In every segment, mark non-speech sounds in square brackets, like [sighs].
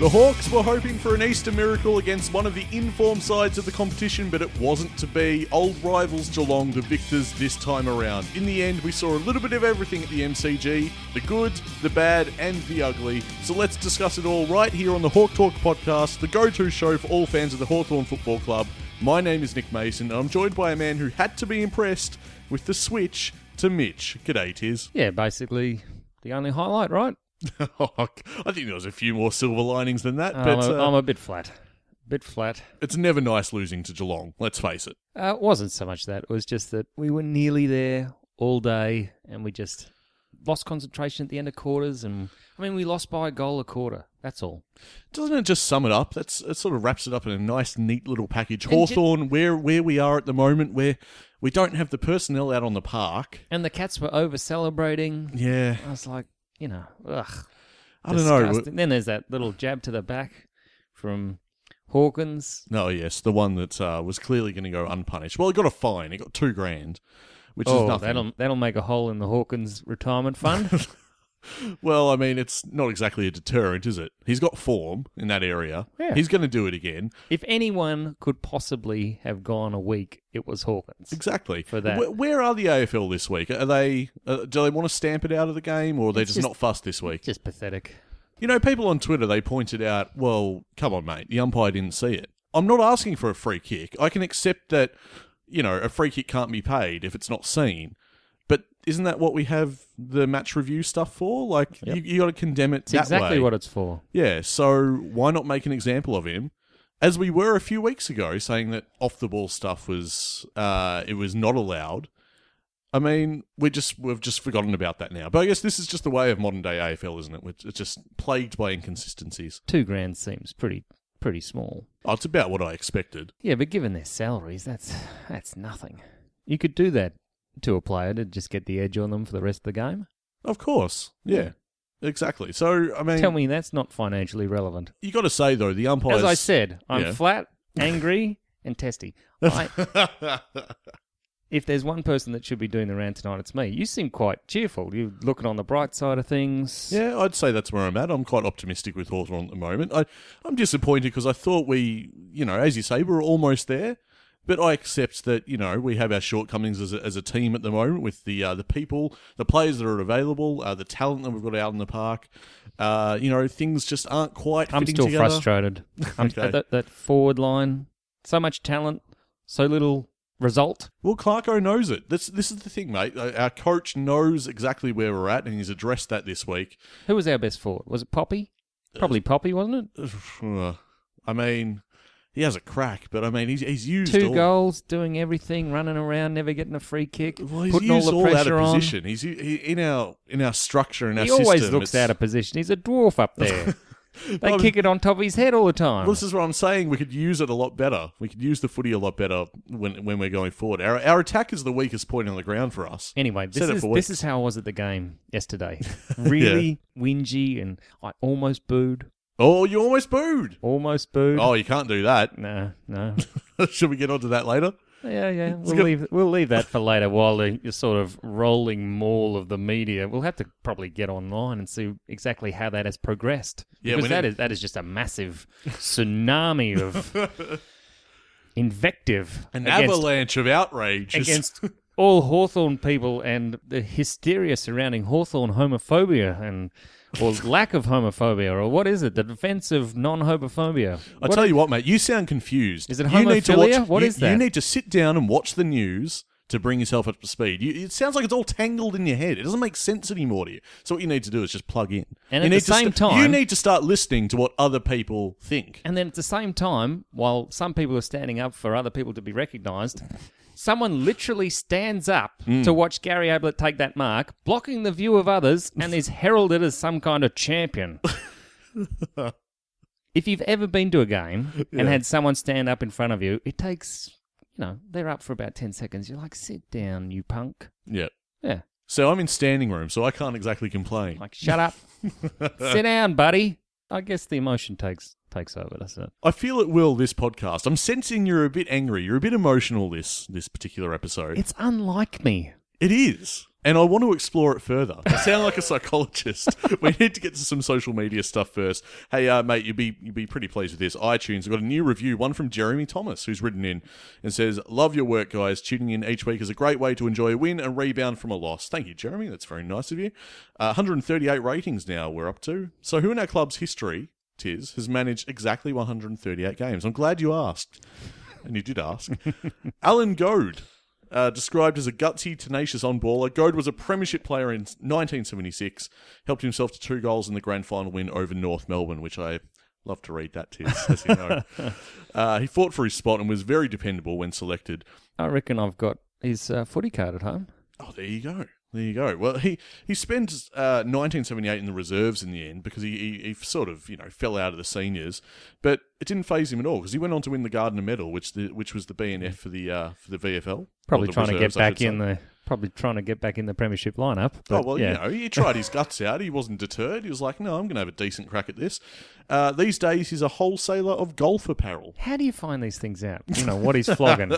The Hawks were hoping for an Easter miracle against one of the inform sides of the competition, but it wasn't to be. Old rivals Geelong, the victors this time around. In the end, we saw a little bit of everything at the MCG the good, the bad, and the ugly. So let's discuss it all right here on the Hawk Talk podcast, the go to show for all fans of the Hawthorn Football Club. My name is Nick Mason, and I'm joined by a man who had to be impressed with the switch to Mitch. G'day, Tiz. [laughs] Yeah, basically the only highlight, right? I think there was a few more silver linings than that, I'm, but a, uh, I'm a bit flat. Bit flat. it's never nice losing to Geelong. Let's face it. Uh, it wasn't so much that. It was just that we were nearly there all day and we just lost concentration at the end of quarters. And I mean, we lost by a goal a quarter. That's all. Doesn't it just sum it up? That's it. Sort of wraps it up in a nice, neat little package. ju- Hawthorn, where where we are at the moment, where we don't have the personnel out on the park. And the Cats were over celebrating. Yeah, I was like, you know, ugh. I don't know. disgusting. Then there's that little jab to the back from Hawkins. No, yes, the one that uh, was clearly going to go unpunished. Well, it got a fine. It got two grand, which is Oh, nothing. that'll, that'll make a hole in the Hawkins [laughs] retirement fund. Well, I mean, it's not exactly a deterrent, is it? He's got form in that area. Yeah. He's going to do it again. If anyone could possibly have gone a week, it was Hawkins. Exactly. For that. Where, where are the AFL this week? Are they? Uh, do they want to stamp it out of the game, or are they It's just, just- not fussed this week? Just pathetic. You know, people on Twitter they pointed out, well, come on, mate, the umpire didn't see it. I'm not asking for a free kick. I can accept that, you know, a free kick can't be paid if it's not seen. But isn't that what we have the match review stuff for? Like, you, you got to condemn it It's that exactly way. what it's for. Yeah, so why not make an example of him? As we were a few weeks ago, saying that off the ball stuff was uh, it was not allowed. I mean, we just we've just forgotten about that now. But I guess this is just the way of modern day AFL, isn't it? We're- It's just plagued by inconsistencies. Two grand seems pretty pretty small. Oh, it's about what I expected. Yeah, but given their salaries, that's that's nothing. You could do that to a player to just get the edge on them for the rest of the game. Of course, yeah, exactly. So I mean, Tell me that's not financially relevant. you got to say though, the umpires. As I said, I'm Yeah. flat, angry, [laughs] and testy. I, [laughs] if there's one person that should be doing the round tonight, it's me. You seem quite cheerful. You're looking on the bright side of things. Yeah, I'd say that's where I'm at. I'm quite optimistic with Hawthorn at the moment. I, I'm disappointed because I thought we, you know, as you say, we were almost there. But I accept that, you know, we have our shortcomings as a, as a team at the moment with the uh, the people, the players that are available, uh, the talent that we've got out in the park. Uh, you know, things just aren't quite I'm fitting still together. [laughs] frustrated. I'm, Okay. that, that forward line, so much talent, so little result. Well, Clarko knows it. This this is the thing, mate. Uh, Our coach knows exactly where we're at, and he's addressed that this week. [sighs] Who was our best forward? Was it Poppy? Probably Poppy, wasn't it? I mean, he has a crack, but I mean, he's he's used Two all- goals, doing everything, running around, never getting a free kick, Well, he's putting all used the all, out pressure of on. position. He's he, in our in our structure and our He system. always looks It's- out of position. He's a dwarf [laughs] up there. they I'm- kick it on top of his head all the time. Well, this is what I'm saying. We could use it a lot better. We could use the footy a lot better when when we're going forward. Our our attack is the weakest point on the ground for us. Anyway, this Said it is for this weeks. is how I was at the game [laughs] yesterday. Really whingy, and I almost booed, Oh, you almost booed. almost booed. Oh, you can't do that. [laughs] No, no, Should we get onto that later? Yeah, yeah. We'll got- leave we'll leave that for later while the the sort of rolling maul of the media. We'll have to probably get online and see exactly how that has progressed. Yeah, because we that need- is that is just a massive tsunami of [laughs] invective An against, avalanche of outrage. is- against all Hawthorn people and the hysteria surrounding Hawthorn homophobia and or lack of homophobia or what is it? The defense of non homophobia. I tell you what, mate, you sound confused. Is it You need to homophilia? watch, What you, is that? You need to sit down and watch the news to bring yourself up to speed. You, it sounds like it's all tangled in your head. It doesn't make sense anymore to you. So what you need to do is just plug in. And you at need the same to sta- you time- need to start listening to what other people think. And then at the same time, while some people are standing up for other people to be recognised, someone literally stands up to watch Gary Ablett take that mark, blocking the view of others, and is heralded as some kind of champion. if you've ever been to a game and had someone stand up in front of you, it takes, you know, they're up for about 10 seconds. You're like, sit down, you punk. Yeah. Yeah. So I'm in standing room, so I can't exactly complain. Like, shut up. sit down, buddy. I guess the emotion takes takes over, doesn't it? [laughs] I feel it will this podcast. I'm sensing you're a bit angry. You're a bit emotional this this particular episode. It's unlike me. It is. And I want to explore it further. I sound like a psychologist. we need to get to some social media stuff first. Hey, uh, mate, you'll be you'll be pretty pleased with this. iTunes. I've got a new review, one from Jeremy Thomas, who's written in and says, "Love your work, guys. Tuning in each week is a great way to enjoy a win and rebound from a loss." Thank you, Jeremy. That's very nice of you. Uh, 138 ratings now we're up to. So, who in our club's history, tis, has managed exactly 138 games? I'm glad you asked, and you did ask. Alan Goad uh, described as a gutsy, tenacious on-baller. Goad was a premiership player in 1976, helped himself to two goals in the grand final win over North Melbourne, which I love to read that, Tiz, as you [laughs] know. uh, he fought for his spot and was very dependable when selected. I reckon I've got his uh, footy card at home. Oh, there you go. There you go. Well, he he spends uh, 1978 in the reserves in the end because he, he he sort of you know fell out of the seniors, but it didn't phase him at all because he went on to win the Gardner Medal, which the which was the BNF for the uh, for the VFL. Probably Or the trying to get reserves, I should back say. in the probably trying to get back in the premiership lineup. Oh but well, you know, he tried his guts out. He wasn't deterred. He was like, "No, I'm going to have a decent crack at this." Uh, these days, he's a wholesaler of golf apparel. [laughs] How do you find these things out? You know what he's flogging.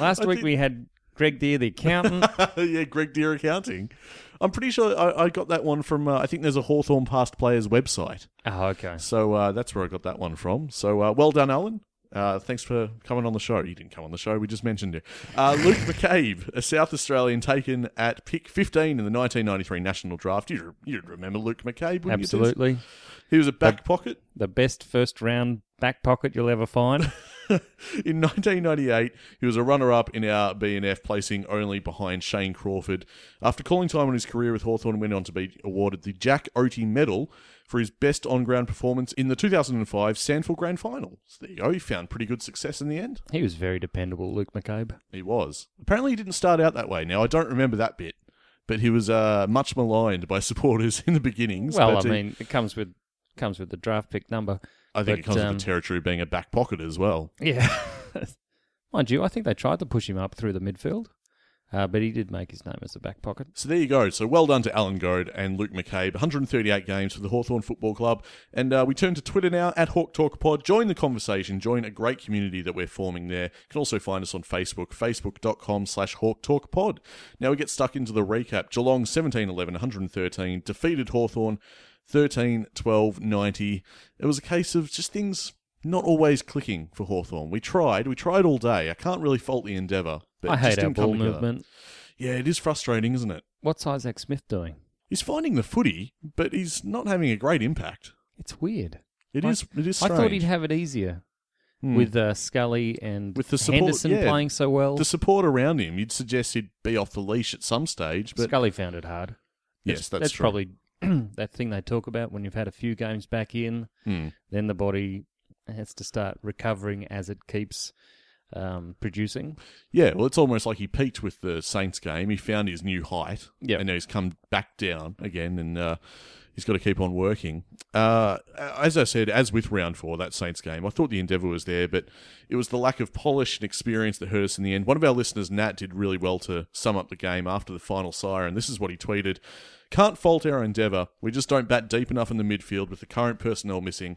Last week we had Greg Deer, [laughs] the accountant. yeah, Greg Deer Accounting. I'm pretty sure I, I got that one from. Uh, I think there's a Hawthorn Past Players website, oh, okay. so uh, that's where I got that one from. So uh, well done, Alan. Uh, thanks for coming on the show. You didn't come on the show. We just mentioned it. Uh, Luke McCabe, a South Australian taken at pick 15 in the 1993 National Draft. You you'd remember Luke McCabe, wouldn't you? Tiz? Absolutely, He was a back pocket. the best first round back pocket you'll ever find. In 1998, he was a runner-up in our BNF, placing only behind Shane Crawford. After calling time on his career with Hawthorn, went on to be awarded the Jack Oaty Medal for his best on-ground performance in the 2005 Sandford Grand Final. So there you go. He found pretty good success in the end. He was very dependable, Luke McCabe. He was. Apparently, he didn't start out that way. Now, I don't remember that bit, but he was uh, much maligned by [laughs] supporters in the beginnings. Well, I but he- mean, it comes with comes with the draft pick number. I think it but, comes um, with the territory of being a back pocket as well. Yeah, [laughs] mind you, I think they tried to push him up through the midfield, uh, but he did make his name as a back pocket. So there you go. So well done to Alan Goad and Luke McCabe. 138 games for the Hawthorn Football Club. And uh, we turn to Twitter now at Hawk Talk Pod. Join the conversation. Join a great community that we're forming there. You can also find us on Facebook, facebook.com slash Hawk Talk Pod. Now we get stuck into the recap. Geelong 17-11, 113. Defeated Hawthorn 13-12, 90. It was a case of just things not always clicking for Hawthorn. We tried. We tried all day. I can't really fault the endeavour. But I it just hate our didn't come ball together. movement. Yeah, it is frustrating, isn't it? What's Isaac Smith doing? He's finding the footy, but he's not having a great impact. It's weird. It I- is. It is strange. Hmm. I thought he'd have it easier with uh, Scully and With the support- Henderson yeah. playing so well. the support around him. You'd suggest he'd be off the leash at some stage, but Scully found it hard. yes, that's, That's true. probably [clears throat] that thing they talk about when you've had a few games back in. Hmm. Then the body has to start recovering as it keeps um, producing. Yeah, well, it's almost like he peaked with the Saints game. He found his new height, Yeah. and now he's come back down again, and uh, he's got to keep on working. Uh, as I said, as with round four, that Saints game, I thought the endeavour was there, but it was the lack of polish and experience that hurt us in the end. One of our listeners, Nat, did really well to sum up the game after the final siren. This is what he tweeted. Can't fault our endeavour. We just don't bat deep enough in the midfield with the current personnel missing.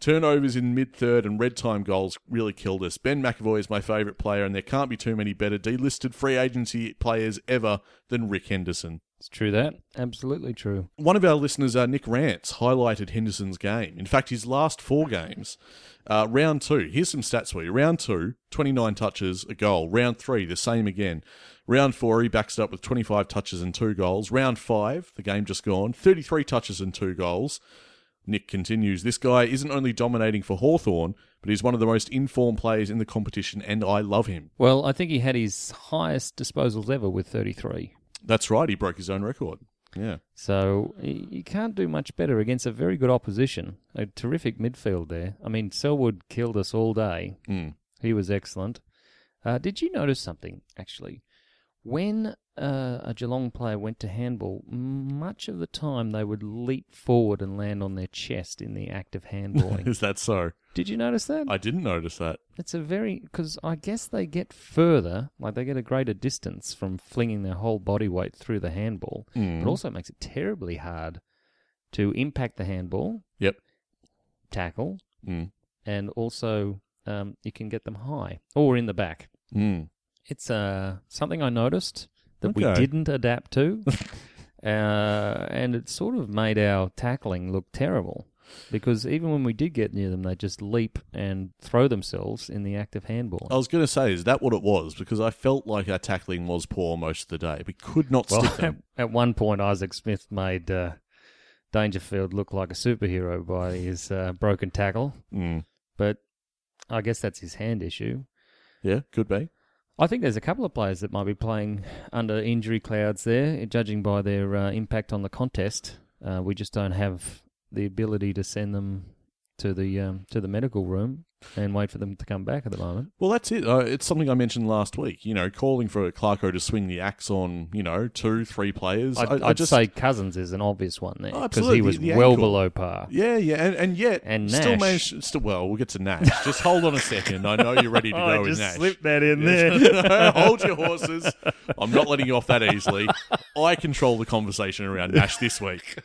Turnovers in mid third and red time goals really killed us. Ben McAvoy is my favourite player, and there can't be too many better delisted free agency players ever than Rick Henderson. It's true that absolutely true. One of our listeners, uh, Nick Rance, highlighted Henderson's game. In fact, his last four games. Uh, round two, here's some stats for you. Round two, 29 touches, a goal. Round three, the same again. Round four, he backs it up with 25 touches and two goals. Round five, the game just gone, 33 touches and two goals. Nick continues, this guy isn't only dominating for Hawthorn, but he's one of the most informed players in the competition, and I love him. Well, I think he had his highest disposals ever with 33. That's right, he broke his own record. Yeah. So y- you can't do much better against a very good opposition. A terrific midfield there. I mean, Selwood killed us all day. Mm. He was excellent. Uh, did you notice something actually? When uh, a Geelong player went to handball, much of the time they would leap forward and land on their chest in the act of [laughs] handballing. Is that so? did you notice that? I didn't notice that. It's a very because I guess they get further, like they get a greater distance from flinging their whole body weight through the handball. Mm. It also makes it terribly hard to impact the handball, Yep. tackle, Mm. and also um, you can get them high or in the back. Mm. It's uh, something I noticed that we Okay. didn't adapt [laughs] to. uh, and it sort of made our tackling look terrible because even when we did get near them, they just leap and throw themselves in the act of handball. I was going to say, is that what it was? Because I felt like our tackling was poor most of the day. We could not Well, [laughs] stick at, them. at one point, Isaac Smith made uh, Dangerfield look like a superhero by his uh, broken tackle, Mm. but I guess that's his hand issue. Yeah, could be. I think there's a couple of players that might be playing under injury clouds there, judging by their uh, impact on the contest. Uh, we just don't have the ability to send them to the um, to the medical room and wait for them to come back at the moment. Well, that's it. Uh, it's something I mentioned last week. You know, calling for Clarko to swing the axe on, you know, two, three players. I'd, I, I'd I just say Cousins is an obvious one there Oh, because absolutely, he was the well ankle. below par. Yeah, yeah, and, and yet And still Nash. managed. Still, well, we'll get to Nash. Just hold on a second. I know you're [laughs] Oh, ready to go with Nash. that [laughs] in Hold your horses. I'm not letting you off that easily. I control the conversation around Nash this week.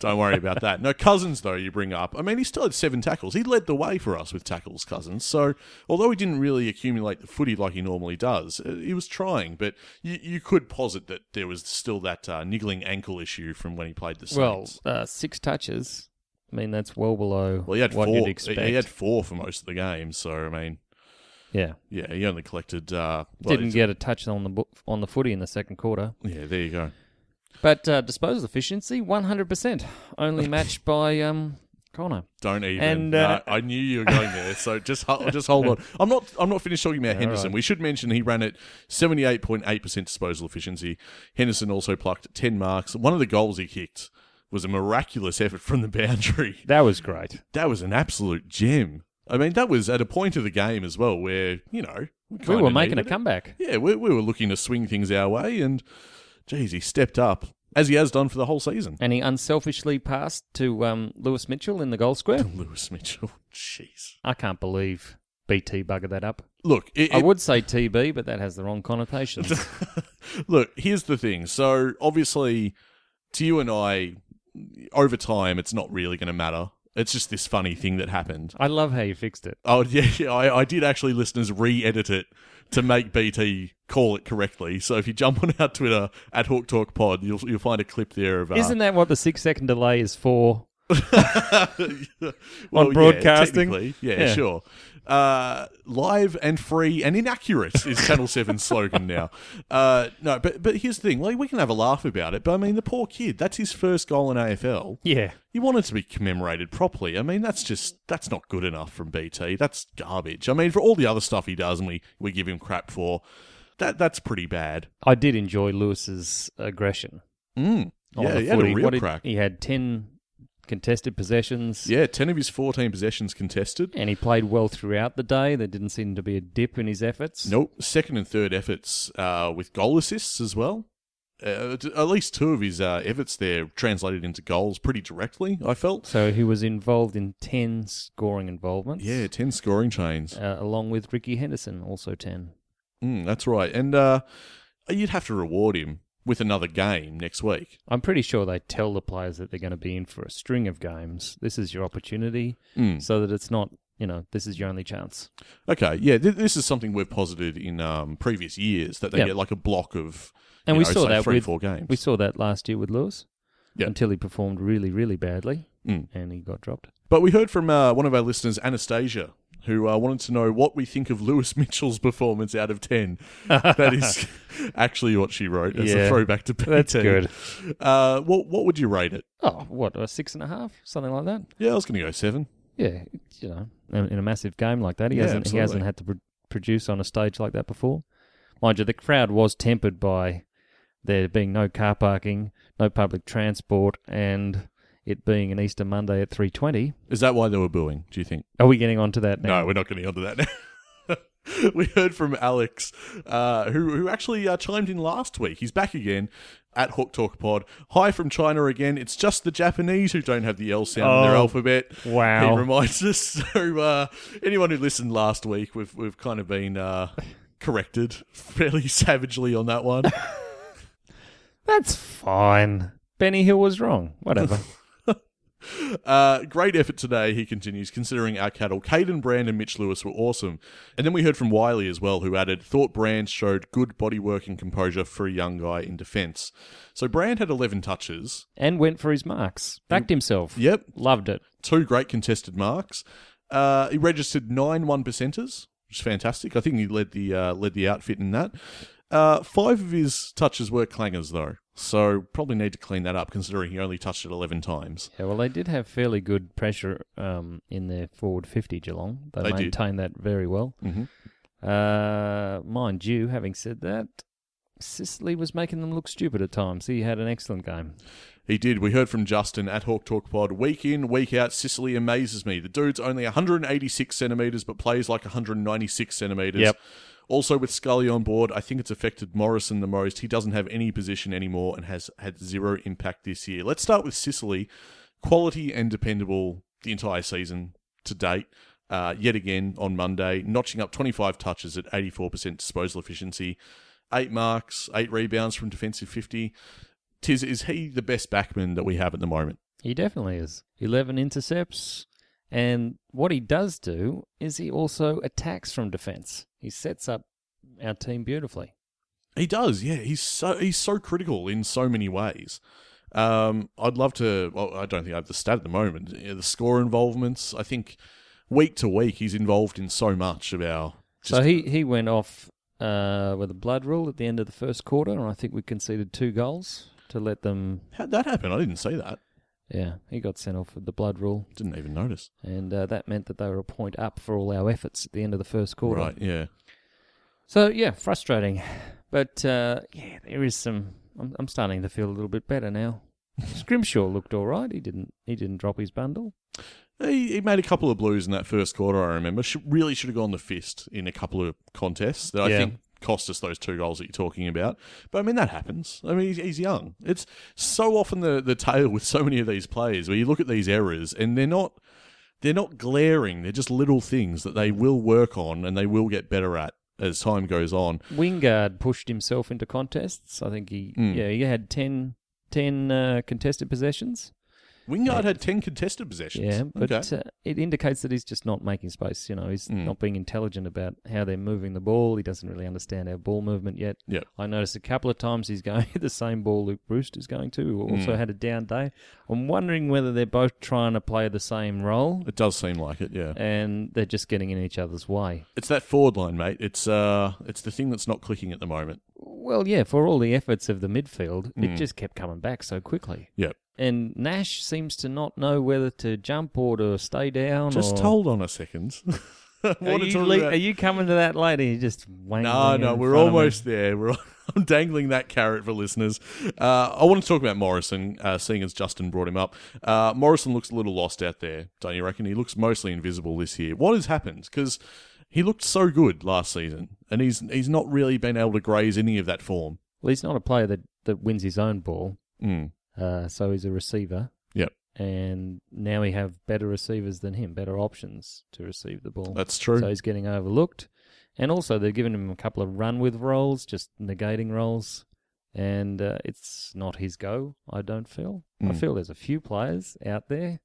Don't worry about that. No, Cousins, though, you bring up. I mean, he still had seven tackles. He led the way for us with tackles, Cousins. So, although he didn't really accumulate the footy like he normally does, uh, he was trying. But you, you could posit that there was still that uh, niggling ankle issue from when he played the Saints. Well, uh, six touches. I mean, that's well below Well, he had what four. you'd expect. He had four for most of the game. So I mean, yeah, yeah, he only collected. Uh, well, didn't get a touch on the bo- on the footy in the second quarter. Yeah, there you go. But uh, disposal efficiency, one hundred percent, [laughs] only matched by um, Connor. Don't even. And, No, uh, I knew you were going [laughs] there. So just ho- just hold on. I'm not. I'm not finished talking about Henderson. right. We should mention he ran at 78.8 percent disposal efficiency. Henderson also plucked 10 marks. One of the goals he kicked was a miraculous effort from the boundary. [laughs] That was great. That was an absolute gem. I mean, that was at a point of the game as well where you know We kinda were making a needed it. comeback. Yeah, we, we were looking to swing things our way, and geez, he stepped up as he has done for the whole season. And he unselfishly passed to um, Lewis Mitchell in the goal square. Lewis Mitchell, [laughs] jeez, I can't believe BT buggered that up. look, it, I it- would say TB, but that has the [laughs] wrong connotations. look. Here's the thing. So obviously, to you and I, over time, it's not really going to matter. It's just this funny thing that happened. I love how you fixed it. Oh [laughs] yeah, yeah I, I did actually. Listeners re-edit it to make BT call it correctly. So if you jump on our Twitter at Hawk Talk Pod, you'll you'll find a clip there of. Uh, Isn't that what the six second delay is for? [laughs] Well, On broadcasting? Yeah, technically. yeah, Yeah. sure. Uh, live and free and inaccurate is Channel 7's slogan now. Uh, no, but but here's the thing. Like, we can have a laugh about it, but I mean, the poor kid, that's his first goal in AFL. Yeah. You want it to be commemorated properly. I mean, that's just, that's not good enough from BT. That's garbage. I mean, for all the other stuff he does and we, we give him crap for, that that's pretty bad. I did enjoy Lewis's aggression. Mm. on Yeah, Oh, the he had a footy. real What did- crack. He had 10 contested possessions. Yeah, 10 of his 14 possessions contested. And he played well throughout the day. There didn't seem to be a dip in his efforts. Nope. Second and third efforts uh, with goal assists as well. Uh, t- at least two of his uh, efforts there translated into goals pretty directly, I felt. So he was involved in 10 scoring involvements. Yeah, 10 scoring chains. Uh, along with Ricky Henderson, also 10. Mm, that's right. And uh, you'd have to reward him with another game next week. I'm pretty sure they tell the players that they're going to be in for a string of games. This is your opportunity Mm. so that it's not, you know, this is your only chance. Okay, yeah, th- this is something we've posited in um, previous years that they Yeah. get like a block of. And you we know, saw say that three, with- four games. We saw that last year with Lewis Yeah. until he performed really, really badly Mm. and he got dropped. But we heard from uh, one of our listeners, Anastasia, who uh, wanted to know what we think of Lewis Mitchell's performance out of [laughs] 10. that is actually what she wrote as a Yeah. throwback to PT. That's good. Uh, what, what would you rate it? Oh, what, a six and a half? Something like that? Yeah, I was going to go seven. Yeah, you know, in, in a massive game like that, he Yeah, hasn't he hasn't absolutely. had to pro- produce on a stage like that before. Mind you, the crowd was tempered by there being no car parking, no public transport, and it being an Easter Monday at three twenty. Is that why they were booing, do you think? Are we getting onto that now? No, we're not getting onto that now. [laughs] we heard from Alex, uh, who who actually uh, chimed in last week. He's back again at Hawk Talk Pod. Hi from China again. It's just the Japanese who don't have the L sound in their Oh, alphabet. [laughs] wow. He reminds us. [laughs] So uh, anyone who listened last week, we've we've kind of been uh, corrected fairly [laughs] savagely on that one. [laughs] That's fine. Benny Hill was wrong. Whatever. Uh, great effort today, he continues, considering our cattle. Caden Brand and Mitch Lewis were awesome. And then we heard from Wiley as well, who added, thought Brand showed good body work and composure for a young guy in defence. So Brand had 11 touches. and went for his marks. Backed himself. Yep, Loved it. two great contested marks. Uh, he registered nine one percenters, which is fantastic. I think he led the uh, led the outfit in that. Uh, five of his touches were clangers though, so probably need to clean that up considering he only touched it eleven times. Yeah, well, they did have fairly good pressure um, in their forward 50, Geelong. They, They did. maintained that very well. Mhm. Uh, mind you, having said that, Sicily was making them look stupid at times. He had an excellent game. He did. We heard from Justin at Hawk Talk Pod. Week in, week out, Sicily amazes me. The dude's only 186 centimetres, but plays like 196 centimetres. Yep. Also, with Scully on board, I think it's affected Morrison the most. He doesn't have any position anymore and has had zero impact this year. Let's start with Sicily. Quality and dependable the entire season to date. Uh, yet again on Monday, notching up 25 touches at 84% disposal efficiency, eight marks, eight rebounds from defensive 50. Tis is he the best backman that we have at the moment? He definitely is. 11 intercepts. And what he does do is he also attacks from defence. He sets up our team beautifully. He does, yeah. He's so he's so critical in so many ways. Um, I'd love to. Well, I don't think I have the stat at the moment. Yeah, the score involvements. I think week to week he's involved in so much of our. so he, he went off uh, with a blood rule at the end of the first quarter, and I think we conceded two goals to let them. How'd that happen? I didn't see that. Yeah, he got sent off with the blood rule, Didn't even notice. and uh, that meant that they were a point up for all our efforts at the end of the first quarter. Right. Yeah. So yeah, frustrating, but uh, yeah, there is some. I'm, I'm starting to feel a little bit better now. Scrimshaw looked all right. He didn't. He didn't drop his bundle. He, he made a couple of blues in that first quarter. I remember. Should, really should have gone the fist in a couple of contests that I Yeah. think cost us those two goals that you're talking about. But I mean that happens. I mean he's, he's young. It's so often the the tale with so many of these players where you look at these errors and they're not they're not glaring. They're just little things that they will work on and they will get better at as time goes on. Wingard pushed himself into contests. I think he. Hmm. Yeah, he had 10, 10 uh, contested possessions. Wingard had ten contested possessions. Yeah, but okay. Hmm. uh, it indicates that he's just not making space. You know, he's not being intelligent about how they're moving the ball. He doesn't really understand our ball movement yet. Yeah. I noticed a couple of times he's going [laughs] the same ball Luke Brewster's going to, who Hmm. also had a down day. I'm wondering whether they're both trying to play the same role it does seem like it. Yeah. and they're just getting in each other's way. It's that forward line, mate. It's uh it's the thing that's not clicking at the moment. Well, yeah, for all the efforts of the midfield, Hmm. it just kept coming back so quickly. Yeah. And Nash seems to not know whether to jump or to stay down. Just or... hold on a second. [laughs] What Are you, le- are you coming to that later? You just wang No, wang no, in we're front of me. almost there. We're [laughs] I'm dangling that carrot for listeners. Uh, I want to talk about Morrison, uh, seeing as Justin brought him up. Uh, Morrison looks a little lost out there, don't you reckon? He looks mostly invisible this year. What has happened? Because he looked so good last season, and he's he's not really been able to graze any of that form. Well, he's not a player that, that wins his own ball, Mm. uh, so he's a receiver. Yep. And now we have better receivers than him, better options to receive the ball. That's true. So he's getting overlooked. And also, they've given him a couple of run with roles, just negating roles. And uh, it's not his go, I don't feel. Hmm. I feel there's a few players out there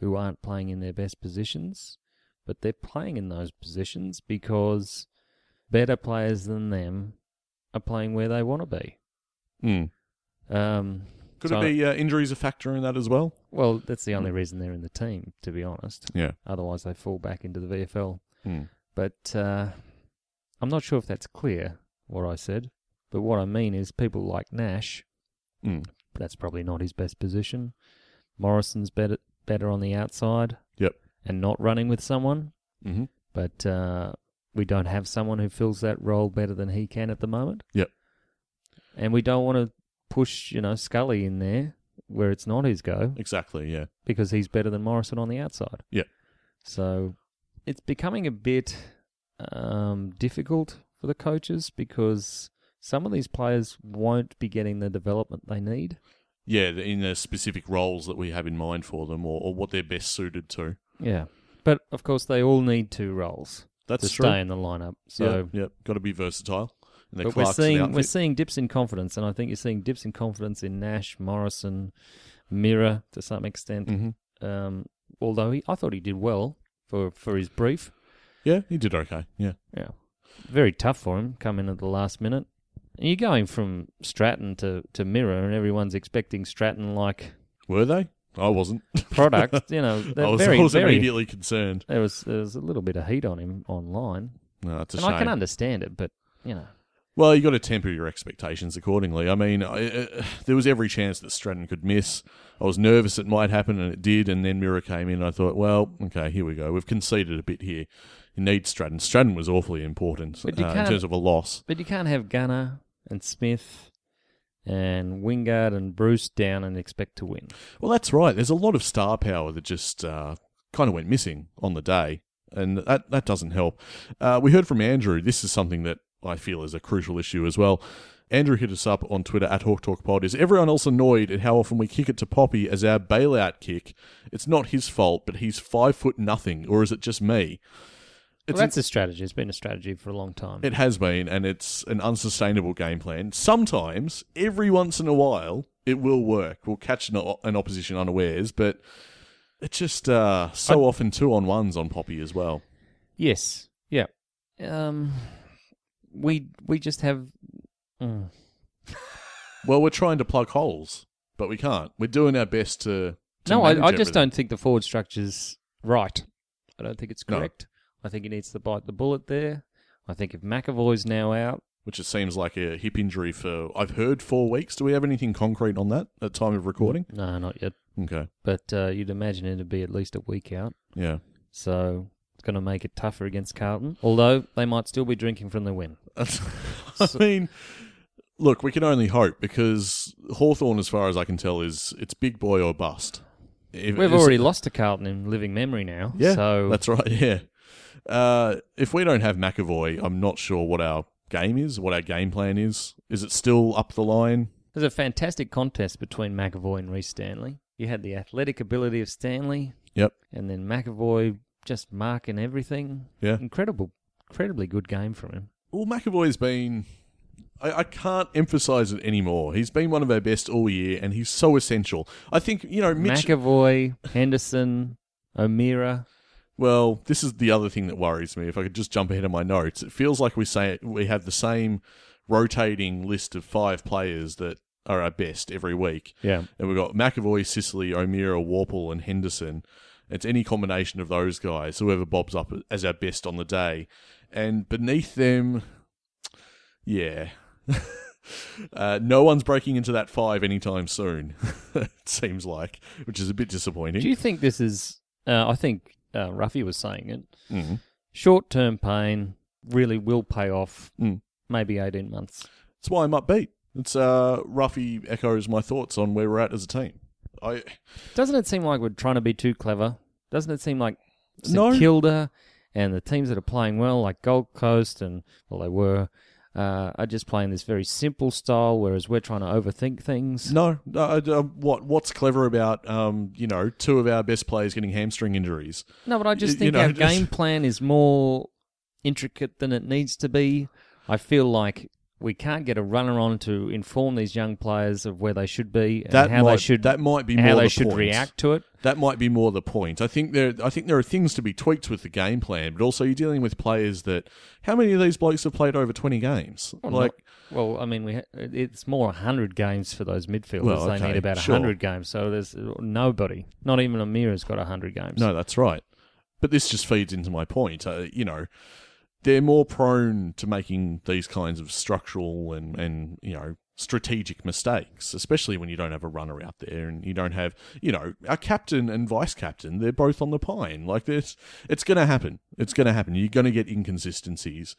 who aren't playing in their best positions, but they're playing in those positions because better players than them are playing where they want to be. Mm. Um, Could so- it be uh, injuries a factor in that as well? Well, that's the Mm. only reason they're in the team, to be honest. Yeah. Otherwise, they fall back into the VFL. Hmm. But uh, I'm not sure if that's clear what I said. But what I mean is, people like Nash. Hmm. That's probably not his best position. Morrison's better better on the outside Yep. and not running with someone. Mm-hmm. But uh, we don't have someone who fills that role better than he can at the moment. Yep. And we don't want to push, you know, Scully in there where it's not his go Exactly. Yeah. because he's better than Morrison on the outside. Yeah. So it's becoming a bit um, difficult for the coaches because some of these players won't be getting the development they need. Yeah, in the specific roles that we have in mind for them, or, or what they're best suited to. Yeah. But of course, they all need two roles That's to true. stay in the lineup. So, yep, yep. got to be versatile. And but we're seeing we're seeing dips in [laughs] confidence, and I think you're seeing dips in confidence in Nash, Morrison, Mirror to some extent, Mhm. Um, although he, I thought he did well for, for his brief. Yeah, he did okay. Yeah. Yeah. Very tough for him coming at the last minute. And You're going from Stratton to, to Mirror, and everyone's expecting Stratton like Were they? I wasn't. [laughs] product. you know, I they're was, very, I was very. immediately concerned. There was there was a little bit of heat on him online, No, it's a and shame. I can understand it, but you know, Well, you got to temper your expectations accordingly. I mean, I, uh, there was every chance that Stratton could miss. I was nervous it might happen, and it did. And then Mirror came in, and I thought, well, okay, here we go. We've conceded a bit here. You need Stratton. Stratton was awfully important But you uh, in can't- terms of a loss. but you can't have Gunner and Smith and Wingard and Bruce down and expect to win. Well, that's right. There's a lot of star power that just uh, kind of went missing on the day, and that, that doesn't help. Uh, we heard from Andrew. This is something that I feel is a crucial issue as well. Andrew hit us up on Twitter at Hawk Talk Pod. Is everyone else annoyed at how often we kick it to Poppy as our bailout kick? It's not his fault, but he's five foot nothing, or is it just me? Well, It's that's a strategy. It's been a strategy for a long time. it has been, and it's an unsustainable game plan. Sometimes, every once in a while, it will work. We'll catch an, o- an opposition unawares, but it's just uh, so often two on ones on Poppy as well. Yes. Yeah. Um, we we just have. Mm. Well, we're trying to plug holes, but we can't. We're doing our best to. to No, I, I manage just everything. don't think the forward structure's right. I don't think it's No. correct. I think he needs to bite the bullet there. I think if McAvoy's now out, Which it seems like a hip injury for. I've heard four weeks. Do we have anything concrete on that at time of recording? no, not yet. Okay. But uh, you'd imagine it'd be at least a week out. Yeah. So it's going to make it tougher against Carlton. Although they might still be drinking from the win. [laughs] That's- [laughs] I mean, look, we can only hope because Hawthorn, as far as I can tell, is it's big boy or bust. If- We've it's- already lost to Carlton in living memory now. yeah, So that's right. [laughs] Yeah, uh, if we don't have McAvoy, I'm not sure what our game is, what our game plan is. Is it still up the line? There's a fantastic contest between McAvoy and Reece Stanley. You had the athletic ability of Stanley, Yep. and then McAvoy just marking everything. Yeah. Incredible, incredibly good game from him. Well, McAvoy's been. I, I can't emphasize it anymore. He's been one of our best all year, and he's so essential. I think you know, Mitch. McAvoy, Henderson, O'Meara. Well, this is the other thing that worries me. If I could just jump ahead of my notes, it feels like we say we have the same rotating list of five players that are our best every week. Yeah. And we've got McAvoy, Sicily, O'Meara, Warple, and Henderson. It's any combination of those guys, whoever bobs up as our best on the day. And beneath them, yeah. [laughs] Uh, no one's breaking into that five anytime soon, [laughs] it seems like, which is a bit disappointing. Do you think this is? Uh, I think uh, Ruffy was saying it. Mhm. Short-term pain really will pay off. Mm. Maybe eighteen months. That's why I'm upbeat. It's uh, Ruffy echoes my thoughts on where we're at as a team. I Doesn't it seem like we're trying to be too clever? Doesn't it seem like St No. Kilda and the teams that are playing well, like Gold Coast and well, they were, uh, are just playing this very simple style, whereas we're trying to overthink things. no, no I, I- what what's clever about um, you know two of our best players getting hamstring injuries? No, but I just Y- think you know, our just- game plan is more intricate than it needs to be. I feel like we can't get a runner on to inform these young players of where they should be and That how might they should that might be more how they the should point. react to it. That might be more the point. I think there I think there are things to be tweaked with the game plan, but also you're dealing with players that how many of these blokes have played over twenty games? like Well, I mean, we ha- it's more hundred games for those midfielders. Well, they okay, need about sure. hundred games. So there's nobody, not even Amira's got hundred games. No, that's right. But this just feeds into my point. Uh, you know, they're more prone to making these kinds of structural and, and you know strategic mistakes, especially when you don't have a runner out there and you don't have you know our captain and vice captain. They're both on the pine. Like this, it's going to happen. It's going to happen. You're going to get inconsistencies,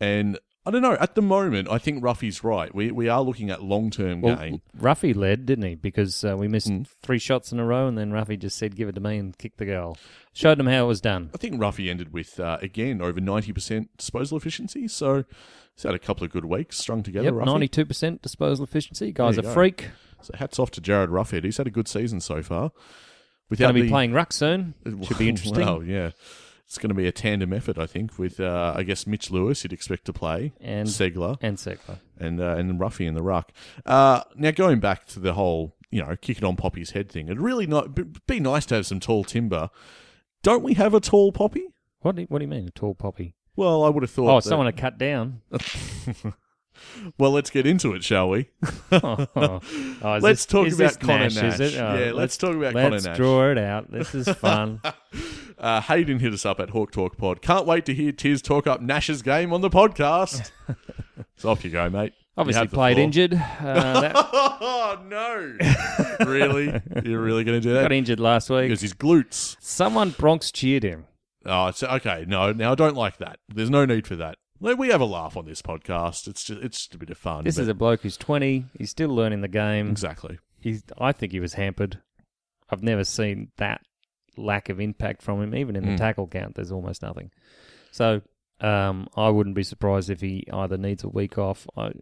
and I don't know. At the moment, I think Ruffy's right. We we are looking at long term Well, gain. Ruffy led, didn't he? Because uh, we missed Hmm. three shots in a row, and then Ruffy just said, "Give it to me," and kicked the goal. Showed them how it was done. I think Ruffy ended with uh, again over ninety percent disposal efficiency, so he's had a couple of good weeks strung together. Yep, Ruffy. ninety-two percent disposal efficiency. Guy's you a go. freak. So hats off to Jared Ruffhead. He's had a good season so far. Without Going to be the- [laughs] playing ruck soon. Should be interesting. Wow, [laughs] yeah, it's going to be a tandem effort, I think. With uh, I guess Mitch Lewis, you'd expect to play, And- Segler, And Segler. and uh, and Ruffy in the ruck. Uh, now going back to the whole you know, kick it on Poppy's head thing. It'd really not b- be nice to have some tall timber. Don't we have a tall poppy? What do you, what do you mean, a tall poppy? Well, I would have thought. Oh, that- someone to [laughs] cut down. [laughs] Well, let's get into it, shall we? Oh, oh, Let's is this- talk is about this Connor Nash, Nash. Is it? Oh, Yeah, let's talk about Connor let's Nash. draw it out. [laughs] This is fun. Uh, Hayden hit us up at Hawk Talk Pod. Can't wait to hear Tiz talk up Nash's game on the [laughs] podcast. so off you go, mate. You Obviously have the played floor. injured. Uh, that [laughs] Oh no! really? You're really going to do got that? injured last week. Because his glutes. Someone Bronx cheered him. Oh, it's, okay. No, now I don't like that. There's no need for that. Like, We have a laugh on this podcast. It's just it's just a bit of fun. This but- is a [laughs] bloke who's 20. He's still learning the game. exactly. He's, I think he was hampered. I've never seen that lack of impact from him. Even in Hmm. the tackle count, there's almost nothing. So um, I wouldn't be surprised if he either needs a week off. I,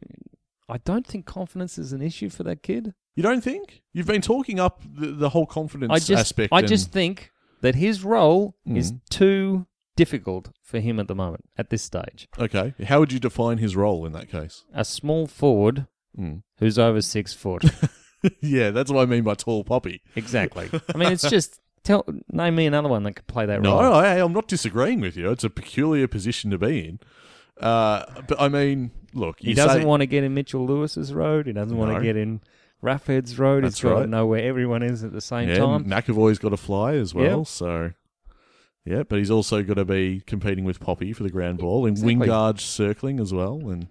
I don't think confidence is an issue for that kid. You don't think you've been talking up the, the whole confidence I just, aspect? I and- Mm. just think that his role is too difficult for him at the moment, at this stage. okay. How would you define his role in that case? Hmm. A small forward who's over six [laughs] foot. yeah, that's what I mean by tall poppy. Exactly. I mean, it's just tell name me another one that could play that No, role. I, I'm not disagreeing with you. It's a peculiar position to be in. Uh, but I mean, look, He you doesn't say- want to get in Mitchell Lewis's road. He doesn't want No. to get in Raffhead's road. That's He's got right. to know where everyone is at the same Yeah, time. McAvoy's got to fly as well, Yeah. so yeah. But he's also got to be competing with Poppy for the ground ball and Exactly. Wingard circling as well. And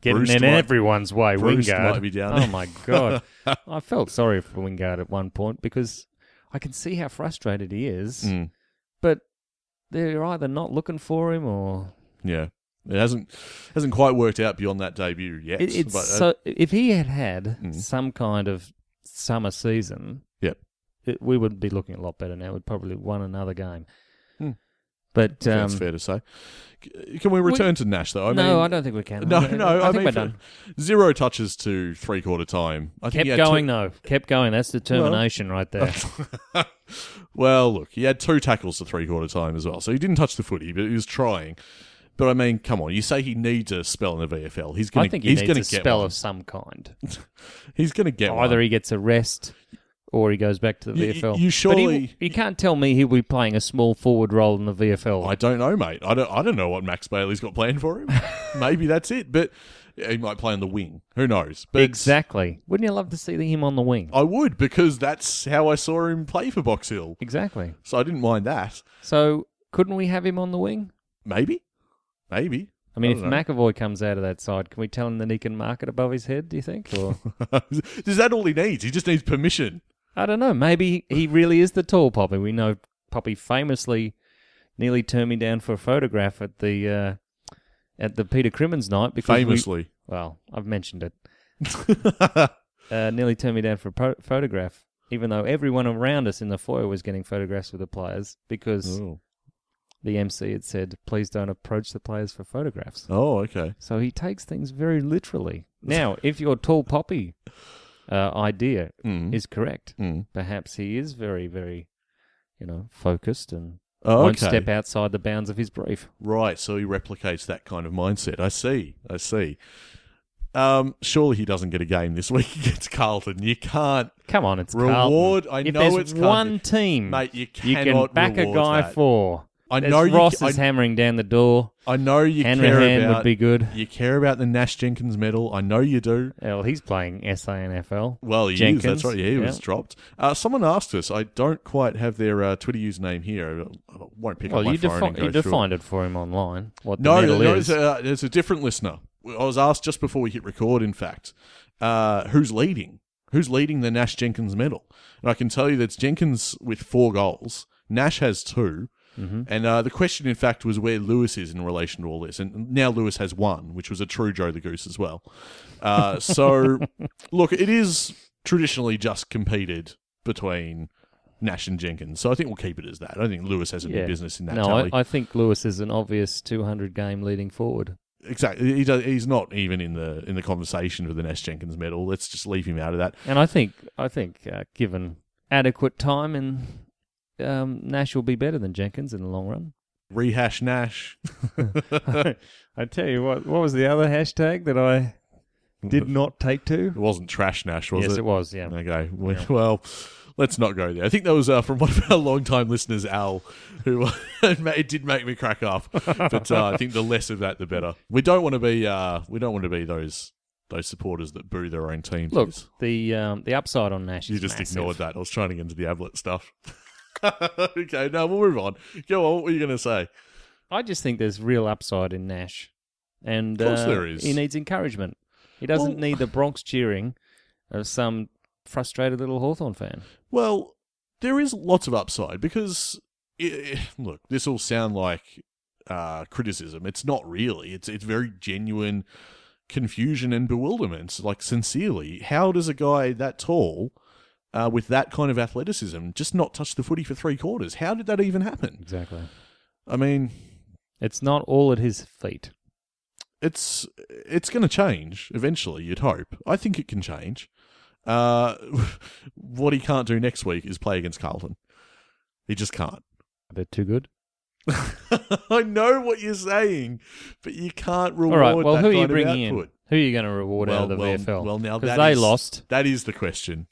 Getting Bruce in might- everyone's way. Bruce Wingard. might be down oh there. my [laughs] god! I felt sorry for Wingard at one point because I can see how frustrated he is. Mm. But they're either not looking for him or yeah, it hasn't hasn't quite worked out beyond that debut yet. it, it's but, uh, Mm. so. If he had had some kind of summer season, yeah, it, we would be looking a lot better now. We'd probably won another game. But um, Hmm. that's fair to say. C- Can we return to Nash though? I no, mean, I don't think we can. No, I, no, I, I, think mean we're for- done. zero touches to three quarter time. I think Kept he had two- going though. Kept going. That's determination [laughs] right there. well, look, he had two tackles to three quarter time as well, so he didn't touch the footy, but he was trying. But I mean, come on, you say he needs a spell in the VFL. He's gonna, I think he he's needs gonna a get spell one. of some kind. He's gonna get Either one. he gets a rest or he goes back to the You- you- VFL. you But he- surely- you can't tell me he'll be playing a small forward role in the VFL. I don't know, mate. I don't. I don't know what Max Bailey's got planned for [laughs] him. Maybe that's it. But he might play on the wing. Who knows? But exactly. Wouldn't you love to see him on the wing? I would because that's how I saw him play for Box Hill. Exactly. So I didn't mind that. So couldn't we have him on the wing? Maybe, maybe. I mean, I if don't McAvoy comes out of that side, can we tell him that he can mark it above his head? Do you think? [laughs] Or Is that all he needs? He just needs permission. I don't know. Maybe he really is the tall Poppy. We know Poppy famously nearly turned me down for a photograph at the uh, at the Peter Crimmins night because we- Famously, well, I've mentioned it. [laughs] uh, nearly turned me down for a pro- photograph, even though everyone around us in the foyer was getting photographs with the players because Oh. the MC had said, "Please don't approach the players for photographs." oh, okay. So he takes things very literally. Now, if your tall poppy uh, idea is correct, Mm. perhaps he is very, very, you know, focused and Oh, won't okay. step outside the bounds of his brief. Right, so he replicates that kind of mindset. I see. I see. Um, surely he doesn't get a game this [laughs] week against Carlton. You can't, Come on, it's Reward, Carlton. I if know there's it's Carlton. one team, mate. You you cannot can back a reward guy that. for. I There's know you Ross ca- is I- hammering down the door. I know you care Hanrahan about. would be good. You care about the Nash Jenkins medal. I know you do. Well, he's playing SANFL. Well, he Jenkins. is. That's right. Yeah, he was Yeah. dropped. Uh, someone asked us. I don't quite have their uh, Twitter username here. I won't pick Well, up my you, phone and defi- go you through it. defined it for him online. What the No, medal no, is. it's a, it's a different listener. I was asked just before we hit record, in fact, uh, who's leading? Who's leading the Nash Jenkins medal? And I can tell you that's Jenkins with four goals. Nash has 2 Mm-hmm. And uh, the question, in fact, was where Lewis is in relation to all this. And now Lewis has one, which was a true Joe the Goose as well. Uh, [laughs] so, look, it is traditionally just competed between Nash and Jenkins. So I think we'll keep it as that. I don't think Lewis has any Yeah. business in that no, tally. I, I think Lewis is an obvious 200 game leading forward. Exactly. He does, he's not even in the in the conversation for the Nash Jenkins medal. Let's just leave him out of that. And I think I think uh, given adequate time and um, Nash will be better than Jenkins in the [laughs] long run. [laughs] Rehash Nash. I tell you what, what was the other hashtag that I [laughs] Did not take two. It wasn't Trash Nash, was yes, it? it was. Yeah. Okay. We- [laughs] Well, let's not go there. I think that was uh, from one of our longtime listeners, Al, who [laughs] it did make me crack up. But uh, I think the less of that, the better. We don't want to be. Uh, we don't want to be those those supporters that boo their own team. Look, the um, the upside on Nash. you is just massive. ignored that. I was trying to get into the Ablett stuff. [laughs] okay, no, we'll move on. Go on. What were you going to say? I just think there's real upside in Nash, and Of course uh, there is. He needs encouragement. He doesn't Well- need the Bronx cheering of some frustrated little Hawthorn fan. Well, there is lots of upside because i i- look, this will sound like uh, criticism. It's not really. It's it's very genuine confusion and bewilderment. Like sincerely, how does a guy that tall? Uh, with that kind of athleticism, just not touch the footy for three quarters. How did that even happen? Exactly. I mean, It's not all at his feet. it's it's going to change eventually. You'd hope. I think it can change. Uh, [laughs] what he can't do next week is play against Carlton. He just can't. They're too good. [laughs] I know what you're saying, but you can't All reward right. Well, that who are you kind of bringing output. in? Who are you going to reward out of the VFL? well, now because that they is- lost. That is the question.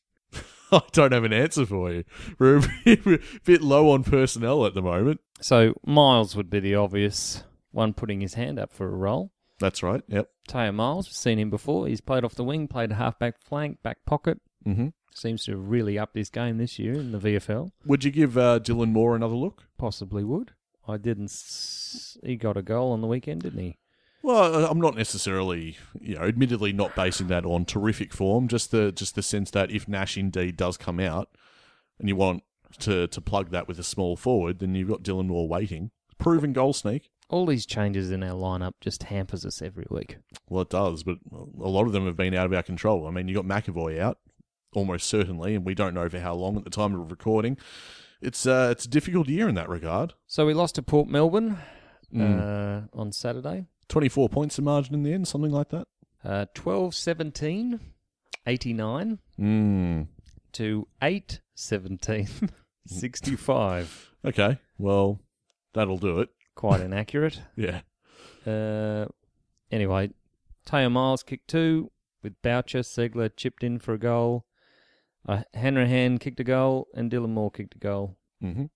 [laughs] I don't have an answer for you. [laughs] We're a bit, [laughs] we're a bit low on personnel at the moment. So Miles would be the obvious one putting his hand up for a role. That's right. Yep. Taylor Miles, we've seen him before. He's played off the wing, played halfback flank, back pocket. Mm-hmm. Seems to have really upped his game this year in the VFL. Would you give uh, Dylan Moore another look? Possibly would. I didn't. S- he got a goal on the weekend, didn't he? Well, uh, I'm not necessarily, you know, admittedly not basing that on terrific form. Just the just the sense that if Nash indeed does come out, and you want to to plug that with a small forward, then you've got Dylan Moore waiting, proven goal sneak. All these changes in our lineup just hampers us every week. Well, it does, but a lot of them have been out of our control. I mean, you got McAvoy out almost certainly, and we don't know for how long at the time of recording. It's uh, it's a difficult year in that regard. So we lost to Port Melbourne uh, on Saturday. Twenty four points the margin in the end, something like that. Uh, 12 17, 89 Mm. to 8 [laughs] 17, 65. Okay, well, that'll do it. Quite inaccurate. Yeah, Uh, anyway, Taylor Miles kicked two with Boucher. Segler chipped in for a goal. Uh, Hanrahan kicked a goal and Dylan Moore kicked a goal. mm-hmm.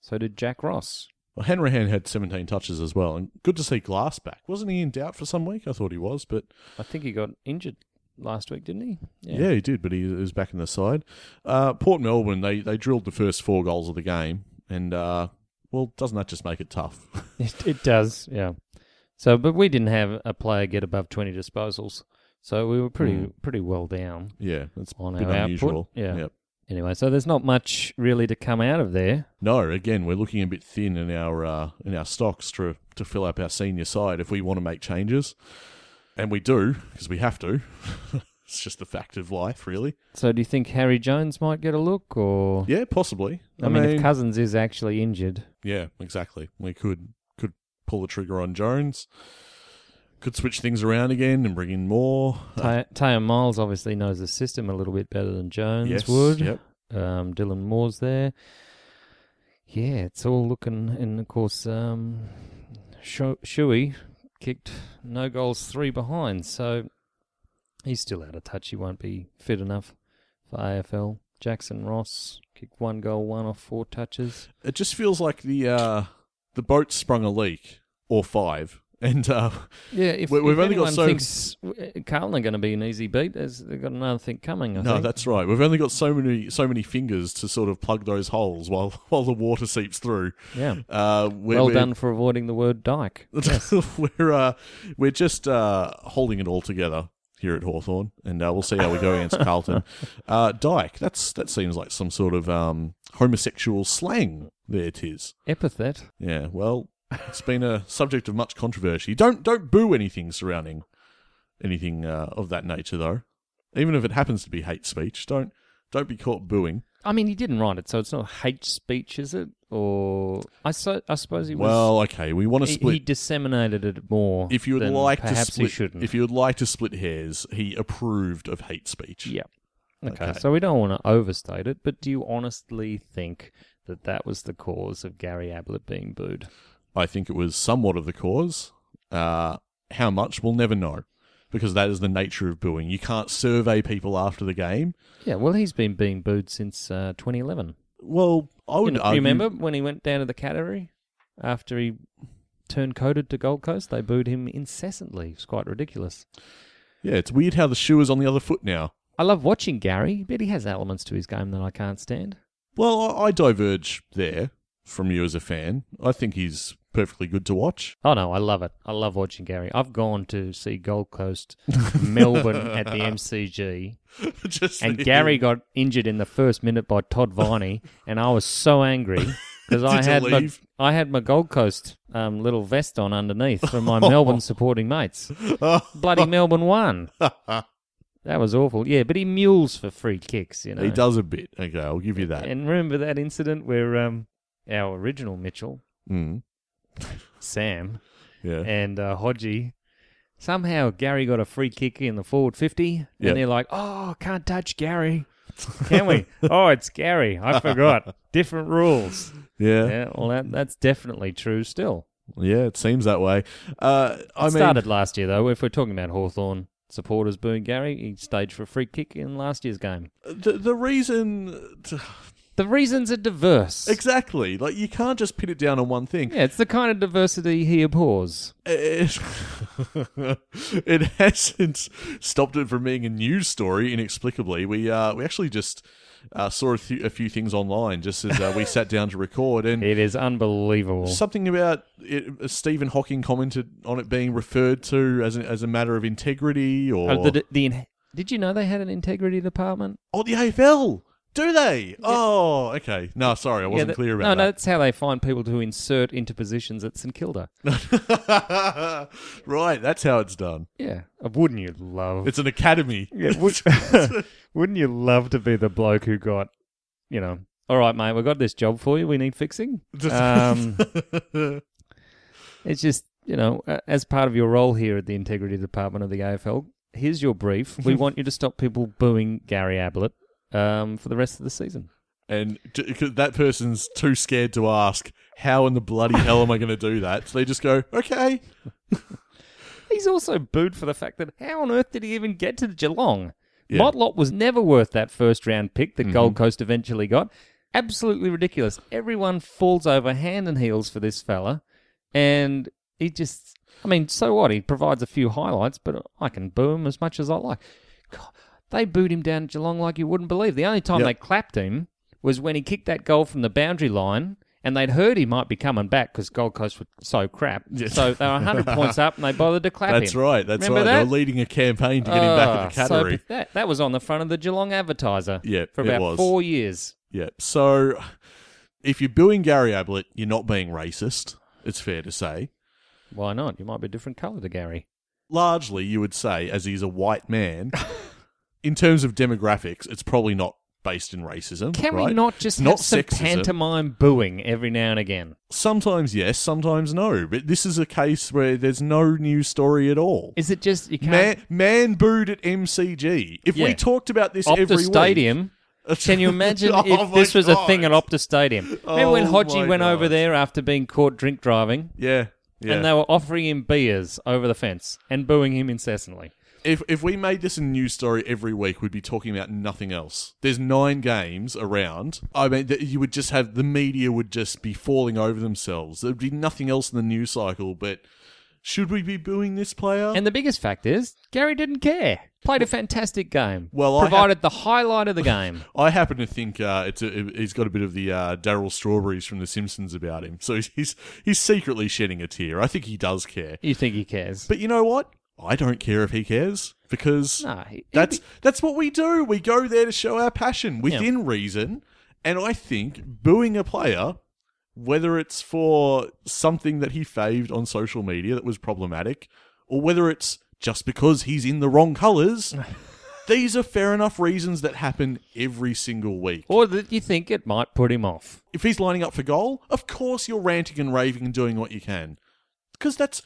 So did Jack Ross. Well, Hanrahan had seventeen touches as well, and good to see Glass back. Wasn't he in doubt for some week? I thought he was, but I think he got injured last week, didn't he? Yeah, he did, but he was back in the side. Uh, Port Melbourne, they, they drilled the first four goals of the game, and uh, well, doesn't that just make it tough? [laughs] It, it does, yeah. So, but we didn't have a player get above 20 disposals. So we were pretty pretty well down. yeah, that's a On bit our output, unusual. yeah. Anyway, so there's not much really to come out of there. No, again, we're looking a bit thin in our uh, in our stocks to to fill up our senior side if we want to make changes, and we do because we have to. [laughs] it's just the fact of life, really. So do you think Harry Jones might get a look or Yeah, possibly. I, mean, if Cousins is actually [laughs] injured, Yeah, exactly. We could could pull the trigger on Jones. Could switch things around again and bring in more. Ta- Taylor Miles obviously knows the system a little bit better than Jones Yes, would. Yep. Um, Dylan Moore's there. Yeah, it's all looking, and of course, um, Shu- Shuey kicked no goals, three behind, so he's still out of touch. He won't be fit enough for AFL. Jackson Ross kicked one goal, one off four touches. It just feels like the uh, the boat sprung a leak or five, [laughs] and uh, Yeah, if, We- if we've only got anyone so- thinks uh, Carlton are going to be an easy beat, there's, they've got another thing coming. I no, think. that's right. We've only got so many so many fingers to sort of plug those holes while [laughs] while the water seeps through. yeah. Uh, we're, Well we're- done for avoiding the word dyke. [laughs] we're uh, we're just uh, holding it all together here at Hawthorn, and uh, we'll see how we go [laughs] against Carlton. Uh, Dyke, that's that seems like some sort of um, homosexual slang. There it is. Epithet. Yeah, well, it's been a subject of much controversy. Don't don't boo anything surrounding anything uh, of that nature, though. Even if it happens to be hate speech, don't don't be caught booing. I mean, he didn't write it, so it's not hate speech, is it? Or I, so, I suppose he was. Well, okay, we want to he, split. he disseminated it more. if you would than like to perhaps split, he shouldn't. if you would like to split hairs, he approved of hate speech. yeah. Okay, Okay. so we don't want to overstate it, but do you honestly think that that was the cause of Gary Ablett being booed? I think it was somewhat of the cause. Uh, how much we'll never know, because that is the nature of booing. You can't survey people after the game. Yeah, well, he's been being booed since uh, 2011. Well, I You would know, argue, remember when he went down to the Cattery after he turned coded to Gold Coast? They booed him incessantly. It's quite ridiculous. Yeah, it's weird how the shoe is on the other foot now. I love watching Gary, but he has elements to his game that I can't stand. Well, I, I diverge there from you as a fan. I think he's perfectly good to watch. [laughs] Oh no, I love it. I love watching Gary. I've gone to see Gold Coast, Melbourne [laughs] at the MCG, Just and the- [laughs] Gary got injured in the first minute by Todd Viney, and I was so [laughs] angry because I Did you had my, leave? I had my Gold Coast um, little vest on underneath [laughs] from my Melbourne supporting mates. Oh, Bloody [laughs] Melbourne won. that was awful. Yeah, but he mules for free kicks, you know. He does a bit. Okay, I'll give you that. And remember that incident where um, our original Mitchell, Mm. Sam, Yeah. and uh, Hodgie. Somehow Gary got a free kick in the forward 50, and Yep. they're like, oh, can't [laughs] touch Gary. Can we? oh, it's Gary. I forgot. [laughs] Different rules. yeah. Yeah, well, that, that's definitely true still. Yeah, it seems that way. Uh, I mean, Started last year, though. If we're talking about Hawthorn supporters booing Gary, he staged for a free kick in last year's game. the, the reason The reasons are diverse. exactly, like you can't just pin it down on one thing. yeah, it's the kind of diversity he abhors. It, [laughs] it hasn't stopped it from being a news story inexplicably. We uh, we actually just uh, saw a, few a few things online just as uh, we sat down to record, [laughs] and It is unbelievable. something about it, uh, Stephen Hawking commented on it being referred to as a, as a matter of integrity or Uh, the, the, in- did you know they had an integrity department? oh the AFL. Do they? Oh, okay. No, sorry, I wasn't that- clear no, about No, that. that's how they find people to insert into positions at St Kilda. [laughs] right, that's how it's done. yeah, Uh, wouldn't you love? It's an academy. [laughs] [laughs] yeah, would, [laughs] wouldn't you love to be the bloke who got, you know? All right, mate, we got this job for you. We need fixing. [laughs] Um, it's just you know, a- as part of your role here at the integrity department of the AFL, here's your brief. [laughs] We want you to stop people booing Gary Ablett um, for the rest of the season. and j- 'cause that person's too scared to ask, how in the bloody hell am I going to do that? So they just go, okay. He's also booed for the fact that how on earth did he even get to Geelong? Yeah. Mm-hmm. Motlop was never worth that first round pick that Gold Coast eventually got. Absolutely ridiculous. Everyone falls over hand and heels for this fella, and he just. I mean, so what? He provides a few highlights, but I can boo him as much as I like. God, they booed him down at Geelong like you wouldn't believe. The only time Yep. they clapped him was when he kicked that goal from the boundary line, and they'd heard he might be coming back because Gold Coast were so crap. Yes. So they were [laughs] 100 points up, and they bothered to clap him. That's right. That's Remember right. That? They're leading a campaign to get him back at the Ah, so category. pa- that, that was on the front of the Geelong Advertiser Yeah, for it about was. four years. yeah. So if you're booing Gary Ablett, you're not being racist. It's fair to say. Why not? You might be a different colour to Gary. largely, you would say, as he's a white [laughs] man, in terms of demographics, it's probably not based in racism. Can we right? not just It's not have some sexism. pantomime booing every now and again? Sometimes yes, sometimes no. But this is a case where there's no news story at all. Is it just you can't Man, man booed at MCG. If we Yeah. talked about this Optus every Stadium? week, Can you imagine [laughs] Oh if my this was a thing at God. Optus Stadium? Remember when Oh my Hodgie went over God. there after being caught drink driving? Yeah, yeah. And they were offering him beers over the fence and booing him incessantly. If if we made this a news story every week, we'd be talking about nothing else. There's nine games around. I mean, th- you would just have the media would just be falling over themselves. There'd be nothing else in the news cycle. But should we be booing this player? And the biggest fact is, Gary didn't care. Played a fantastic game. Well, I have- provided the highlight of [laughs] the game. I happen to think uh, it's a, it- he's got a bit of the uh, Daryl Strawberries from The Simpsons about him. So [laughs] he's- he's he's secretly shedding a tear. I think he does care. You think he cares? But you know what? I don't care if he cares because no, he, he'd That's be- that's what we do. We go there to show our passion within reason. And I think booing a player, whether it's for something that he faved on social media that was problematic, or whether it's just because he's in the wrong [laughs] colours, these are fair enough reasons that happen every single week. or that you think it might put him off. If he's lining up for goal, of course you're ranting and raving and doing what you can. Because that's.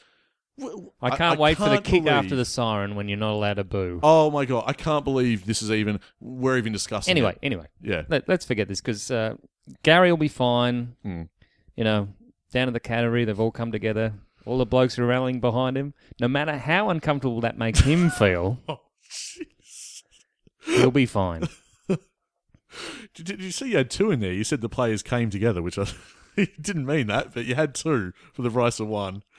I can't wait for the can't kick after believe- the siren when you're not allowed to boo. Oh my god, I can't believe this is even. We're even discussing anyway, it. anyway, Yeah. let, us forget this because uh, Gary will be fine. Hmm. You know, down at the cattery, they've all come together. All the blokes are rallying behind him. No matter how uncomfortable that [laughs] makes him feel, Oh, he'll be fine. Did, did you see you had two in there? You said the players came together, which I [laughs] you didn't mean that, but you had two for the price of one. [laughs]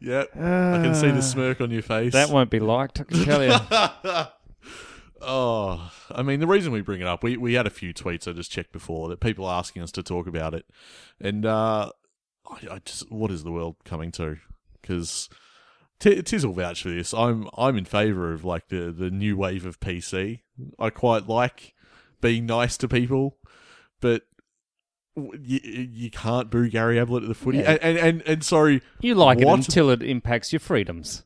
yep. I can see the smirk on your face. Uh, That won't be liked, I can [laughs] tell you. Oh, I mean, the reason we bring it up, we, we had a few tweets I just checked before that people are asking us to talk about it. And uh, I, I just, what is the world coming to? Because t- Tizzle vouch for this. I'm I'm in favour of like the, the new wave of PC. I quite like being nice to people, but w- you, you can't boo Gary Ablett at the footy. Yeah. And, and, and, and sorry. You like it what until it impacts your freedoms.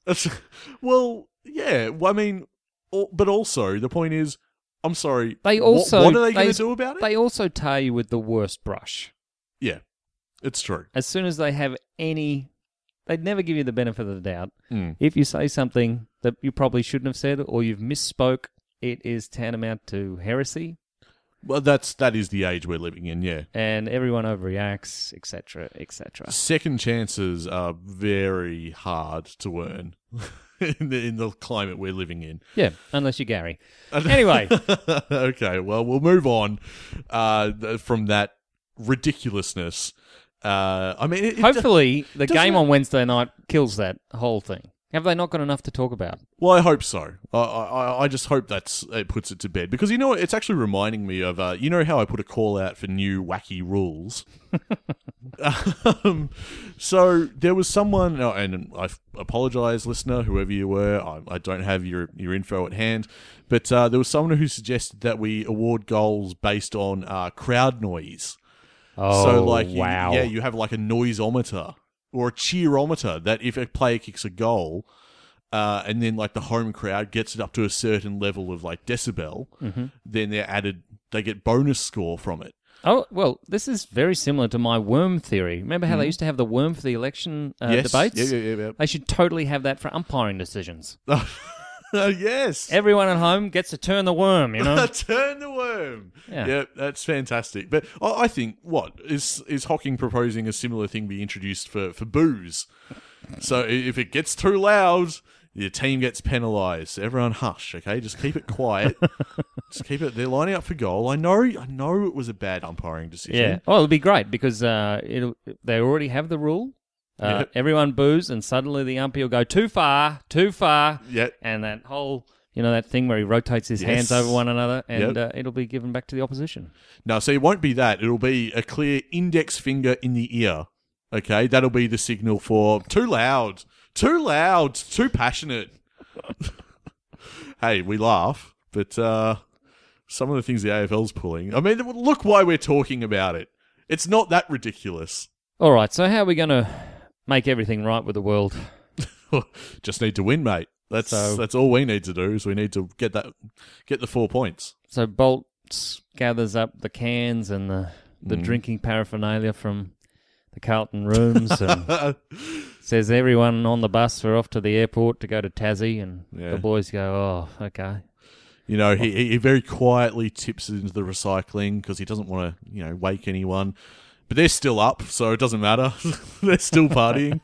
well, yeah. Well, I mean, al- but also the point is, I'm sorry. They wh- also- what, are they, going they- to do about it? They also tar you with the worst brush. yeah, it's true. As soon as they have any, they'd never give you the benefit of the doubt. Mm. If you say something that you probably shouldn't have said or you've misspoke, it is tantamount to heresy, Well, that's that is the age we're living in. Yeah, and everyone overreacts, etc., etc. second chances are very hard to earn [laughs] in the in the climate we're living in. Yeah, unless [laughs] you're Gary. Anyway, okay, well, we'll move on uh, th- from that ridiculousness. Uh, I mean, it, it- hopefully the doesn't game it- on Wednesday night kills that whole thing. Have they not got enough to talk about? Well, I hope so. I, I, I- I just hope that's it puts it to bed because you know what? it's actually reminding me of uh, you know how I put a call out for new wacky rules. um, so there was someone, oh, and I apologize, listener, whoever you were. I, I don't have your your info at hand, but uh, there was someone who suggested that we award goals based on uh, crowd noise. Oh, so like you, wow. yeah, you have like a noiseometer or a cheerometer that if a player kicks a goal, uh, and then like the home crowd gets it up to a certain level of like decibel, Mm-hmm. then they're added. They get bonus score from [laughs] it. [laughs] Oh well, this is very similar to my worm theory. Remember how they used to have the worm for the election uh, Mm-hmm. yes, debates? yeah, yeah, yeah. They should totally have that for umpiring decisions. yeah. Oh, yes. Everyone at home gets to turn the worm, [laughs] you know. Turn the worm. Yeah. Yep, that's fantastic. But I, I think what is is Hocking proposing a similar thing be introduced for for booze? So i- if it gets too loud, your team gets penalised. So Everyone hush, okay? Just keep it quiet. Just keep it. They're lining up for goal. I know. I know it was a bad umpiring decision. yeah. Oh, it'll be great because uh, it'll, they already have the rule. Uh, Yep. Everyone boos, and suddenly the umpire will go too far, too far. Yep. And that whole, you know, that thing where he rotates his hands Yes. over one another, and Yep. uh, it'll be given back to the opposition. No, so it won't be that. It'll be a clear index finger in the ear. Okay, that'll be the signal for too loud, too loud, too passionate. [laughs] hey, we laugh, but uh, some of the things the AFL's pulling. I mean, look why we're talking about it. It's not that ridiculous. [laughs] All right. So how are we going to make everything right with the world? Just need to win, mate. That's So- that's all we need to do is we need to get that get the four points. So Bolt gathers up the cans and the, the drinking paraphernalia from the Carlton rooms and says everyone on the bus are off to the airport to go to Tassie and Yeah. the boys go, oh, okay. You know, Oh. he, he he very quietly tips it into the recycling because he doesn't want to, you know, wake anyone. But they're still up, so it doesn't matter. [laughs] they're still partying.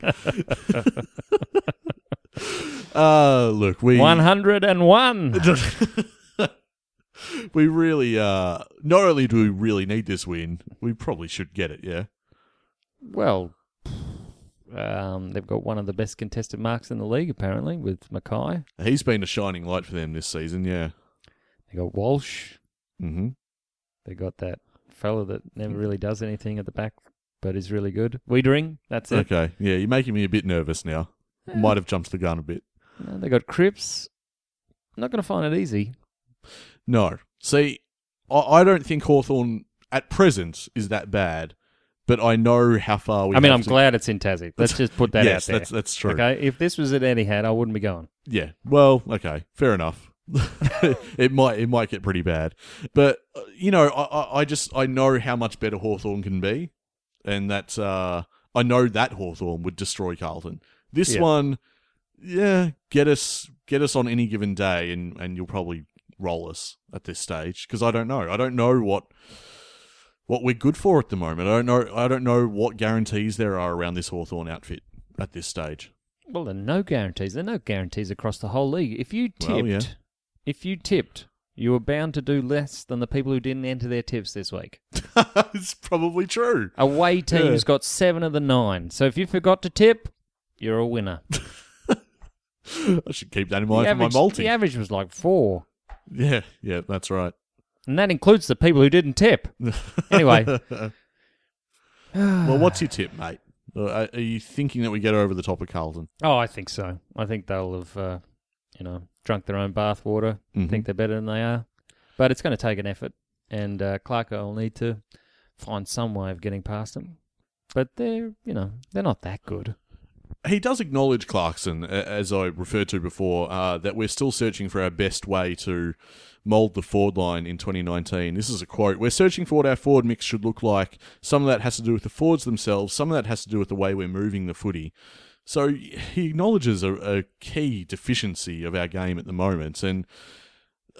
[laughs] uh, look, we 101. we really uh, not only do we really need this win, we probably should get it. Yeah, well, um, they've got one of the best contested marks in the league, apparently, with Mackay. he's been a shining light for them this season. Yeah, They got Walsh. mm-hmm. They got that fella that never really does anything at the back, but is really good. Weedering, that's it. okay, yeah, you're making me a bit nervous now. Might have jumped the gun a bit. No, they got Cripps. Not going to find it easy. No. See, I, I don't think Hawthorn at present is that bad, but I know how far we. I mean, have I'm to- glad it's in Tassie. Let's just put that yes, out there. that's that's true. Okay, if this was at Etihad, I wouldn't be going. Yeah. Well, okay, fair enough. [laughs] it might it might get pretty bad, but uh, you know, I, I I just I know how much better Hawthorn can be, and that uh, I know that Hawthorn would destroy Carlton. This Yeah. one, yeah, get us get us on any given day, and and you'll probably roll us at this stage because I don't know. I don't know what what we're good for at the moment. I don't know. I don't know what guarantees there are around this Hawthorn outfit at this stage. [laughs] Well, there are no guarantees. There are no guarantees across the whole league. If you tipped, Well, yeah. if you tipped, you were bound to do less than the people who didn't enter their tips this week. it's probably true. Away teams Yeah. got seven of the nine. So if you forgot to tip, you're [laughs] a winner. I should keep that in mind the, for my average, multi. the average was like four, yeah, yeah, that's right. and that includes the people who [laughs] didn't tip. Anyway, Well, what's your tip, mate? Uh, Are you thinking that we get over the top of Carlton? oh, I think so. I think they'll have, uh, you know, drunk their own bathwater. Mm-hmm. Think they're better than they are, but it's going to take an effort, and uh, Clarko will need to find some way of getting past them. But they're, you know, they're not that good. He does acknowledge Clarkson, a- as I referred to before, uh, that we're still searching for our best way to mould the forward line in 2019. This is a quote. We're searching for what our forward mix should look like. Some of that has to do with the forwards themselves, some of that has to do with the way we're moving the footy. So he acknowledges a, a key deficiency of our game at the moment. And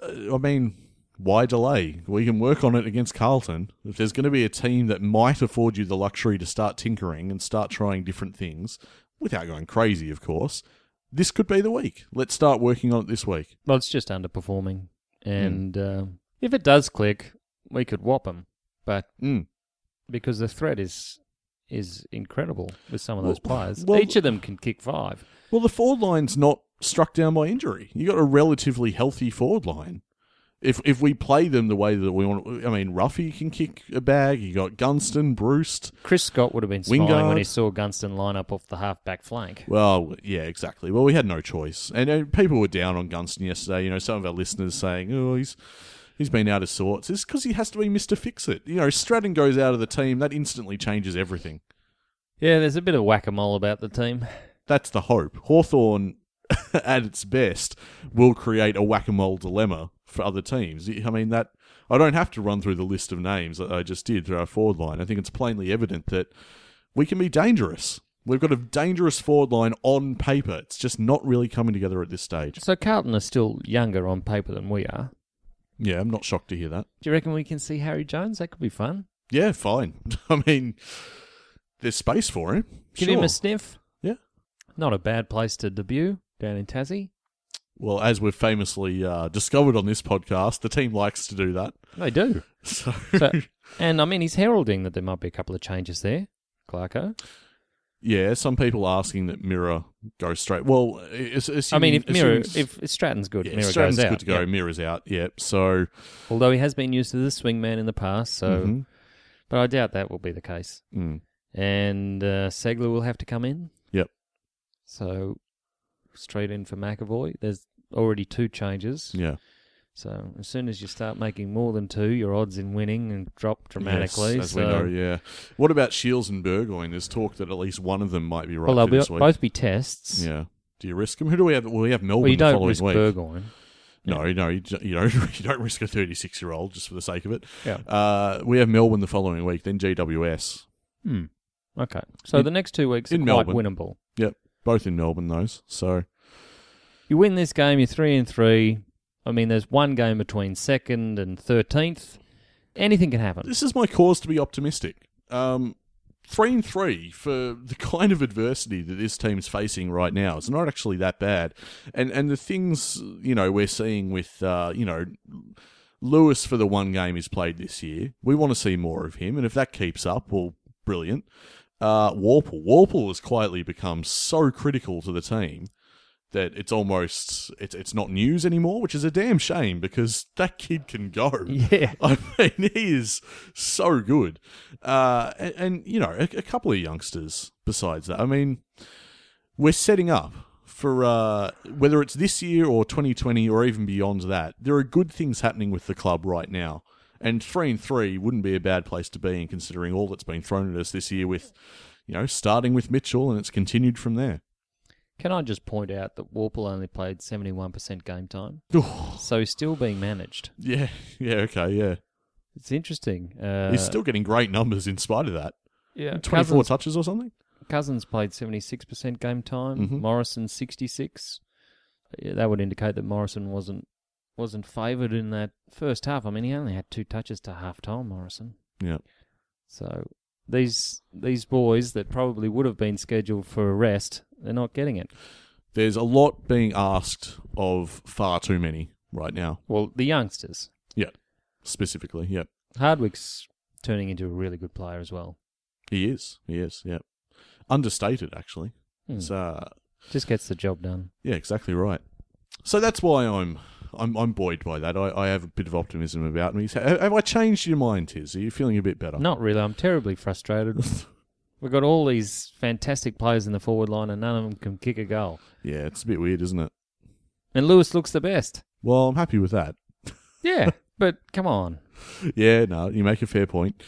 uh, I mean, why delay? We can work on it against Carlton. If there's going to be a team that might afford you the luxury to start tinkering and start trying different things, without going crazy, of course, this could be the week. Let's start working on it this week. Well, it's just underperforming, Hmm. and uh, if it does click, we could whop them. But Mm. because the threat is is incredible with some of those Well, players, well- each of them can kick five. Well, the forward line's not struck down by injury. You got a relatively healthy forward line. If if we play them the way that we want, I mean, Ruffy can kick a bag. You got Gunston, Bruce. Chris Scott would have been smiling when he Wingard. saw Gunston line up off the half back flank. Well, yeah, exactly. Well, we had no choice, and, uh people were down on Gunston yesterday. You know, some of our listeners saying, "Oh, he's he's been out of sorts." It's because he has to be Mister Fix It. You know, Stratton goes out of the team, that instantly changes everything. Yeah, there's a bit of whack a mole about the team. That's the hope. Hawthorn, [laughs] at its best, will create a whack-a-mole dilemma for other teams. I mean that. I don't have to run through the list of names that I just did through our forward line. I think it's plainly evident that we can be dangerous. We've got a dangerous forward line on paper. It's just not really coming together at this stage. So Carlton are still younger on paper than we are. Yeah, I'm not shocked to hear that. Do you reckon we can see Harry Jones? That could be fun. Yeah, fine. [laughs] I mean, there's space for him. Give Sure. him a sniff. Yeah. Not a bad place to debut down in Tassie. Well, as we've famously uh, discovered on this podcast, the team likes to do that. [laughs] They do. So, So, and I mean, he's heralding that there might be a couple of changes there, Clarko. yeah, some people are asking that Mirror go straight. Well, it's, I mean, assuming- if Mirror, assuming- if Stratton's good, yeah, Mirror Stratton's goes out. good to go. yeah. Mirror's out. Yep. So, Although he has been used as a swingman in the past, so mhm. but I doubt that will be the case. Mm. And uh, Segler will have to come in. Yep. So straight in for McAvoy. There's already two changes. yeah, So as soon as you start making more than two, your odds in winning and drop dramatically. Yes, as so, we know, yeah. What about Shields and Burgoyne? There's talk that at least one of them might be right well, they'll for be, this week. both be tests. Yeah. Do you risk him? Who do we have? Well, we have Melbourne Well, you the don't following risk week. Burgoyne. No, no, you, don't- you don't. [laughs] You don't risk a thirty-six-year-old just for the sake of it. Yeah. Uh, we have Melbourne the following week, then GWS. Hmm. Okay. So the next two weeks are in quite Melbourne. winnable. Yep, both in Melbourne those. So You win this game, you're three and three. I mean, there's one game between second and thirteenth. Anything can happen. this is my cause to be optimistic. Um, three and three for the [laughs] kind of adversity that this team's facing right now. It's not actually that bad, and and the things you know we're seeing with uh, you know Lewis for the one game he's played this year. We want to see more of him, and if that keeps up, well, brilliant. Uh, Warple Warple has quietly become so critical to the team that it's almost it's it's not news anymore, which is a damn shame because that kid can go. [laughs] Yeah. [laughs] I mean, he is so good. Uh, and, and, you know, a, a couple of youngsters besides that. I mean, we're setting up for uh, whether it's this year or 2020 or even beyond that. There are good things happening with the club right now. And three and three wouldn't be a bad place to be in considering all that's been thrown at us this year with, you know, starting with Mitchell and it's continued from there. Can I just point out that Warple only played 71% [sighs] game time? So he's still being managed. Yeah, [laughs] yeah, okay, yeah. It's interesting. Uh, He's still getting great numbers in spite of that. yeah, 24 Cousins, touches or something? Cousins played 76% game time. Mhm. Morrison 66. Yeah, that would indicate that Morrison wasn't wasn't favoured in that first half. I mean, he only had two touches to half time, Morrison. Yeah. So these these boys that probably would have been scheduled for arrest, they're not getting it. There's a lot being asked of far too many right now. Well, the youngsters. Yeah, specifically. Yeah, Hardwick's turning into a really good player as well. he is. He is. Yeah, understated actually. Hmm. It's uh, Just gets the job done. Yeah, exactly right. So that's why I'm I'm, I'm buoyed by that. I, I have a bit of optimism about me. So, Have have I changed your mind, Tiz? Are you feeling a bit better? Not really. I'm terribly frustrated. We've got all these fantastic players in the forward line, and none of them can kick a goal. [laughs] Yeah, it's a bit weird, isn't it? And Lewis looks the best. Well, I'm happy with that. [laughs] Yeah, but come on. Yeah, no, you make a fair point.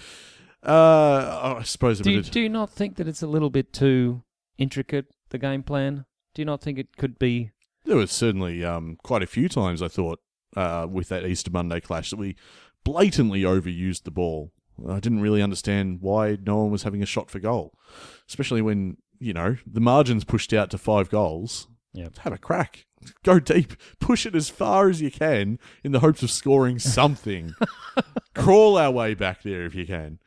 Uh, I suppose a Do you, bit of- do you not think that it's a little bit too intricate the game plan? Do you not think it could be? there was certainly um, quite a few times I thought uh, with that Easter Monday clash that we blatantly overused the ball. I didn't really understand why no one was having a shot for goal, especially when you know the margins pushed out to five goals. Yeah. have a crack. [laughs] Go deep. Push it as far as you can in the hopes of scoring [laughs] something. Crawl our way back there if you can.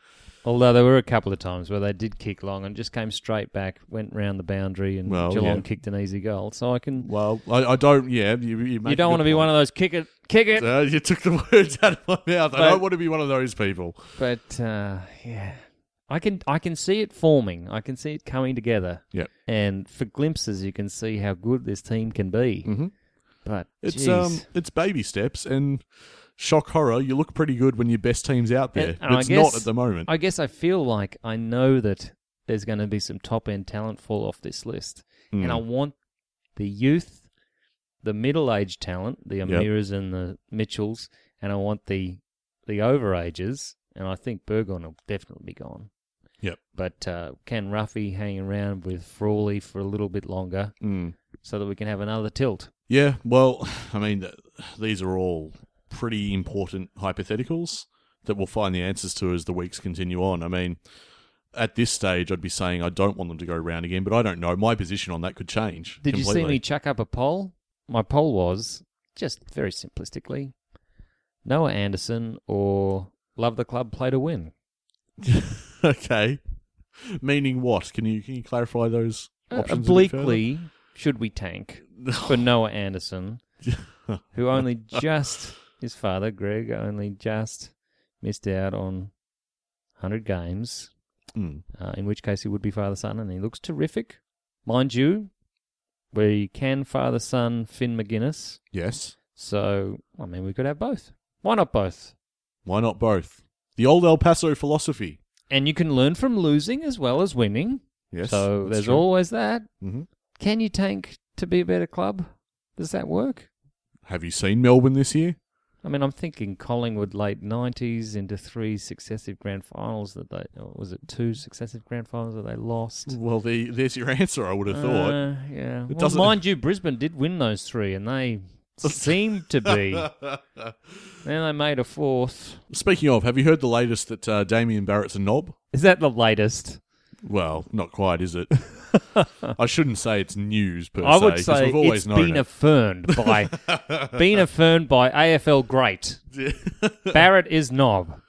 Although there were a couple of times where they did kick long and just came straight back, went round the boundary, and Well, Geelong yeah. kicked an easy goal. So I can. Well, I, I don't. Yeah, you, you, make you don't want to be one of those kick it, kick it. Uh, you took the [laughs] words out of my mouth. I But- don't want to be one of those people. But uh, yeah, I can I can see it forming. I can see it coming together. Yep. And for glimpses, you can see how good this team can be. Mhm. But It's geez. um, it's baby steps, and shock horror. You look pretty good when your best team's out there. And- and I it's guess- not at the moment. I guess I feel like I know that there's going to be some top end talent fall off this list, Hmm. and Mm. I want the youth, the middle aged talent, the Amiras and the Mitchells, and I want the the overages, and I think Burgon will definitely be gone. Yep. But uh, can Ruffy hang around with Frawley for a little bit longer Mm. so that we can have another tilt? Yeah. Well, [sighs] I mean, th- these are all pretty important hypotheticals that we'll find the answers to as the weeks continue on. I mean, at this stage, I'd be saying I don't want them to go round again, but I don't know. My position on that could change. Did completely. you see me chuck up a poll? My poll was just very simplistically Noah Anderson or Love the Club play to win. [laughs] okay. Meaning what? Can you can you clarify those? Uh, options a bit obliquely, should we tank [laughs] for Noah Anderson, who only just, his father, Greg, only just missed out on 100 games, further? Mm. uh, in which case he would be father son, and he looks terrific. Mind you, we can father son Finn McGuinness. Yes. So, I mean, we could have both. Why not both? Why not both? The old El Paso philosophy. And you can learn from losing as well as winning. Yes. so that's there's true. always that. Mhm. Can you tank to be a better club? Does that work? Have you seen Melbourne this year? I mean, I'm thinking Collingwood late '90s into three successive grand finals that they or was it two successive grand finals that they lost. Well, the, there's your answer. I would have thought. Uh, yeah. Well, doesn't- [laughs] mind you, Brisbane did win those three, and they seemed to [laughs] be. Then they made a fourth. Uh, Speaking of, have you heard the latest that uh, Damien Barrett's a knob? Is that the latest? Well, not quite, is [laughs] it? I shouldn't say it's news per I se. would 'cause say we've always it's known been it. affirmed by [laughs] been affirmed by AFL great Barrett is knob.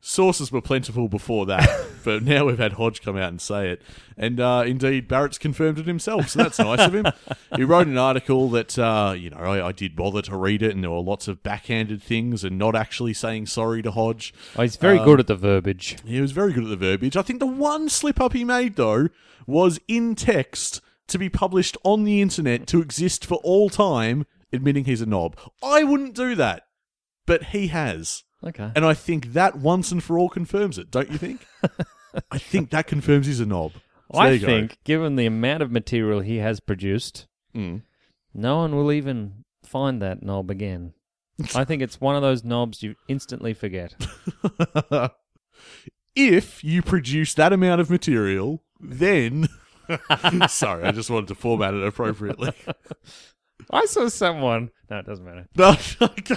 sources were plentiful before that, but now we've had Hodge come out and say it. And uh, indeed, Barrett's confirmed it himself, so that's nice of him. He wrote an article that, uh, you know, I, I did bother to read it, and there were lots of backhanded things and not actually saying sorry to Hodge. Oh, he's Um, very good at the verbiage. He was very good at the verbiage. I think the one slip up he made, though, was in text to be published on the internet to exist for all time, admitting he's a knob. I wouldn't do that, but he has. Okay. And I think that once and for all confirms it, don't you [laughs] think? I think that confirms he's a knob. So there I you go. think, given the amount of material he has produced, Mm. no one will even find that knob again. I think it's one of those knobs you instantly forget. If you produce that amount of material, then. [laughs] Sorry, I just wanted to format it appropriately. [laughs] [laughs] I saw someone. No, it doesn't matter. no,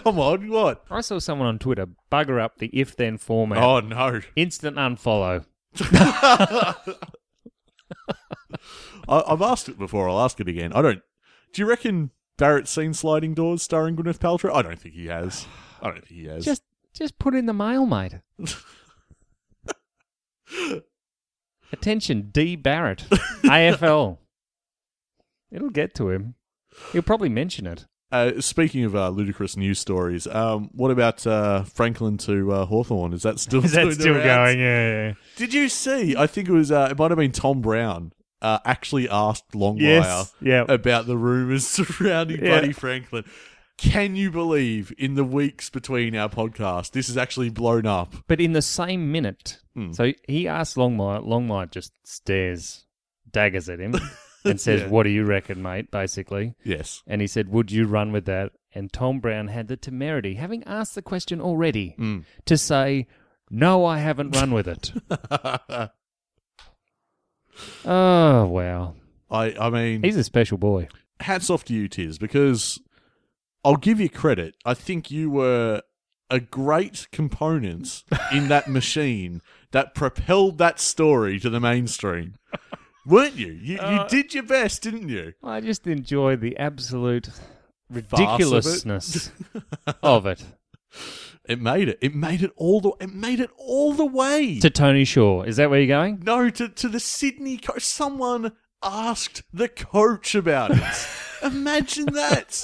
come on, what? I saw someone on Twitter bugger up the if then format. Oh, no. Instant unfollow. I, I've asked it before, I'll ask it again. I don't. Do you reckon Barrett's seen Sliding Doors starring Gwyneth Paltrow? I don't think he has. I don't think he has. Just just put in the mail, mate. [laughs] Attention, D. [laughs] Barrett, AFL. It'll get to him. He'll probably mention it. Uh, speaking of uh, ludicrous news stories, um, what about uh, Franklin to uh, Hawthorne? Is [laughs] that still [laughs] Is that doing the still rounds? going? Yeah, yeah, yeah. Did you see? I think it was. Uh, it might have been Tom Brown uh, actually asked Longmire Yes, yeah. about the rumours [laughs] surrounding Yeah. Buddy Franklin. Can you believe in the weeks between our podcasts, this has actually blown up? But in the same minute, so he asks Longmire. Longmire just stares, daggers at [laughs] him, and says, Yeah. "What do you reckon, mate?" Basically, Yes. and he said, "Would you run with that?" And Tom Brown had the temerity, having asked the question already, to say, "No, I haven't run with [laughs] it." [laughs] I, oh wow, I mean, he's a special boy. hats off to you, Tiz, because I'll give you credit. I think you were a great component in that machine that propelled that story to the mainstream. Weren't you? You, you did your best, didn't you? I just enjoy the absolute of it. ridiculousness of it. It made it. It made it all the. It made it all the way. To Tony Shaw, is that where you're [laughs] going? no, to to the Sydney coach. Someone asked the coach about it. Imagine that.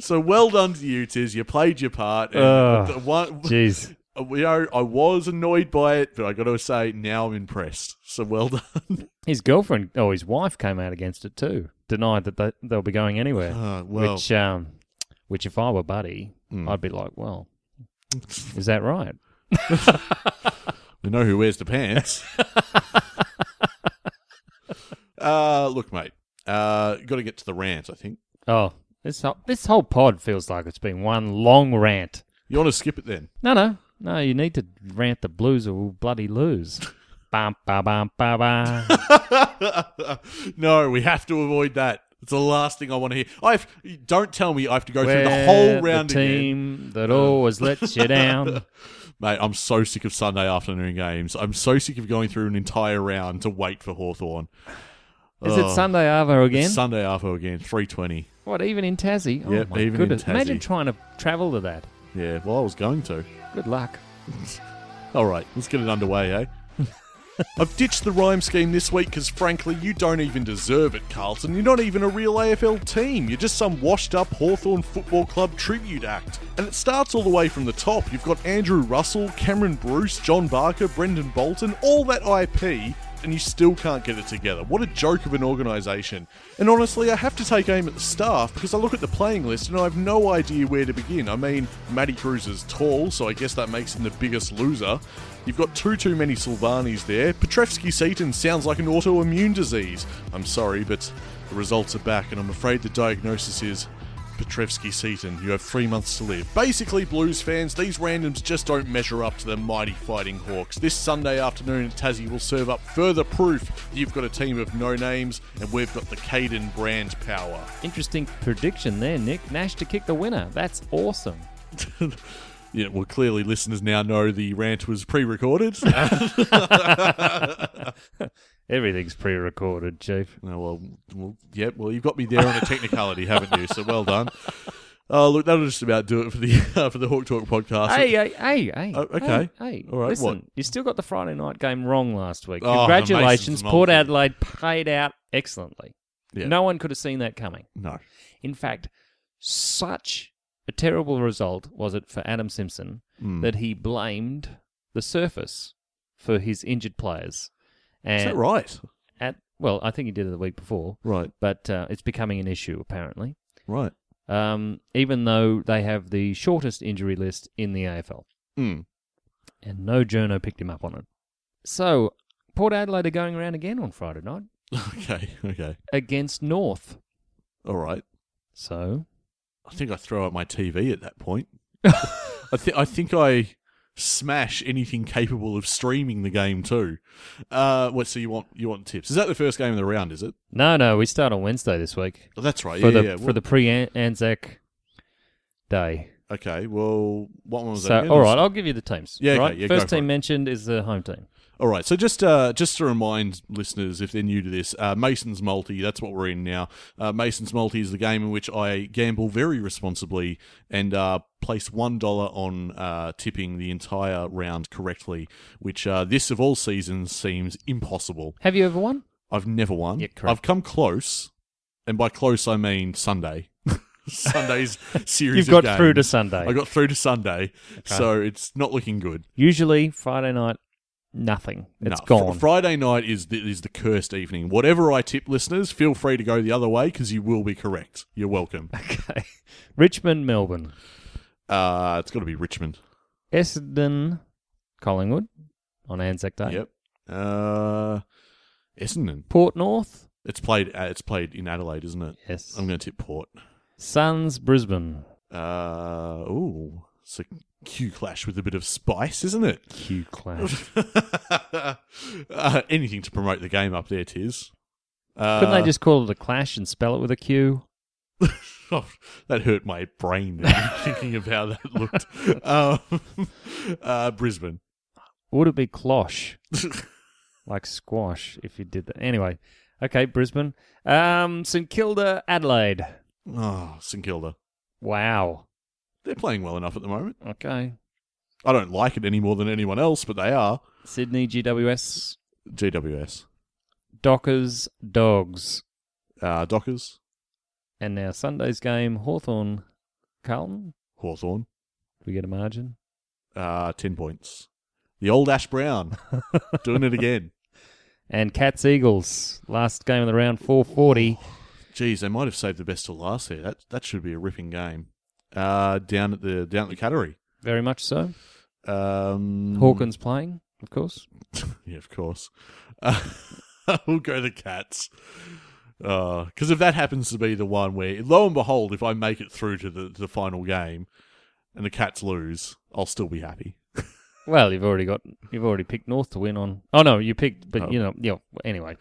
so well done to you, Tiz. You played your part. And Oh, the one, Jeez. we are, Uh, I was annoyed by it, but I got to say now I'm impressed. So well done. His girlfriend, or his wife, came out against it too, denied that they, they'll be going anywhere. Uh, well. Hmm. which, um, which, if I were Buddy, I'd be like, well, is that right? We know who wears the pants. uh, look, mate. Uh, got to get to the rant. I think Oh, this whole, this whole pod feels like it's been one long rant. you want to skip it then. [laughs] No, no, no. You need to rant the blues, or we'll bloody [laughs] lose. bum, ba, bum, ba, ba. no, we have to avoid that. It's the last thing I want to hear. I have, don't tell me I have to go through [laughs] the whole round the again, team that always [laughs] lets you down. mate. I'm so sick of Sunday afternoon games. I'm so sick of going through an entire round to wait for Hawthorn. Is Oh. it Sunday Arvo again? Sunday after again, three twenty. what, even in Tassie? Oh, Yep, my even in goodness. Tassie. Imagine trying to travel to that. Yeah, well, I was going to. Good luck. All right, let's get it underway, eh? [laughs] I've ditched the rhyme scheme this week because, frankly, you don't even deserve it, Carlton. You're not even a real AFL team. You're just some washed up Hawthorn Football Club tribute act. And it starts all the way from the top. You've got Andrew Russell, Cameron Bruce, John Barker, Brendan Bolton, all that IP, and you still can't get it together. What a joke of an organisation. And honestly, I have to take aim at the staff because I look at the playing list and I have no idea where to begin. I mean, Matty Cruz is tall, so I guess that makes him the biggest loser. You've got too too many Sylvanis there. Petrevsky Seaton sounds like an autoimmune disease. I'm sorry, but the results are back, and I'm afraid the diagnosis is Petrevsky Seaton. You have three months to live. Basically, Blues fans, these randoms just don't measure up to the mighty Fighting Hawks. This Sunday afternoon at Tassie will serve up further proof that you've got a team of no names, and we've got the Caden brand power. Interesting prediction there, Nick. Nash to kick the winner. That's awesome. Yeah, well, clearly listeners now know the rant was [laughs] pre-recorded. Everything's pre recorded, Chief. No, well, well, yep. Well, you've got me there on a technicality, haven't you? So well done. Oh, look, that'll just about do it for the [laughs] uh, for the Hawk Talk podcast. Hey, hey, hey, hey. Oh, okay. Hey, hey. All right, Listen, what? you still got the Friday night game wrong last week. Oh, Congratulations. the Masons Port Malta. Adelaide paid out excellently. Yeah. No one could have seen that coming. no. In fact, such a terrible result was it for Adam Simpson Hmm. that he blamed the surface for his injured players. And Is that right? At, well, I think he did it the week before, Right, but uh, it's becoming an issue apparently. right. Um, even though they have the shortest injury list in the AFL, Mm. and no journo picked him up on it. So Port Adelaide are going around again on Friday night [laughs] Okay, okay. against North. All right. So I think I throw out my TV at that [laughs] point. I think I think I smash anything capable of streaming the game too. Uh, what? So you want you want tips? Is that the first game of the round? Is it? no, no, we start on Wednesday this week. Oh, that's right. for yeah, the yeah. for the pre Anzac day. Okay, well, what one was that? So, again? all right, I'll give you the teams. Yeah, okay, right? yeah, go First for team it. mentioned is the home team. All right, so just uh, just to remind listeners, if they're new to this, uh, Mason's Multi, that's what we're in now. Uh, Mason's Multi is the game in which I gamble very responsibly and uh, place $1 on uh, tipping the entire round correctly, which uh, this of all seasons seems impossible. Have you ever won? I've never won. Yeah, correct. I've come close, and by close I mean Sunday. [laughs] [laughs] Sunday's series You've of got through to games. Sunday. I got through to Sunday, so it's not looking good. Usually Friday night, nothing. No, It's fr- gone. Friday night is the, is the cursed evening. Whatever I tip listeners, feel free to go the other way because you will be correct. You're welcome. okay. Richmond, Melbourne, Uh, it's got to be Richmond. Essendon, Collingwood on Anzac Day. Yep. Uh, Essendon. Port North. It's played. Uh, it's played in Adelaide, isn't it? Yes. I'm going to tip Port. Suns, Brisbane. Uh, ooh, it's a Q clash with a bit of spice, isn't [laughs] it? [laughs] Q clash. uh, anything to promote the game up there, Tiz. Uh, [laughs] Couldn't they just call it a clash and spell it with a Q? Oh, [laughs] that hurt my brain there, [laughs] thinking of how that looked. Um, [laughs] uh, Brisbane. Or Would it be [laughs] closh? like squash if you did that. Anyway, okay, Brisbane. Um, St Kilda, Adelaide. Oh, St Kilda. Wow. They're playing well enough at the moment. Okay. I don't like it any more than anyone else, but they are. Sydney, GWS, GWS. Dockers, Dogs. Uh, Dockers. And now Sunday's game, Hawthorn, Carlton. Hawthorn. Do we get a margin? Uh, 10 points. The old Ash Brown. Doing it again. And Cats, Eagles. Last game of the round, 440. Geez, they might have saved the best till last there. That that should be a ripping game. Uh, down at the down at the Cattery. Very much so. Um, Hawkins playing, of course. Yeah, of course. [laughs] Uh, we'll go the cats. Because if that happens to be the one where, lo and behold, if I make it through to the, to the final game and the cats lose, I'll still be happy. Well, you've already got you've already picked North to win on. Oh no, you picked, but you know, yeah. Anyway,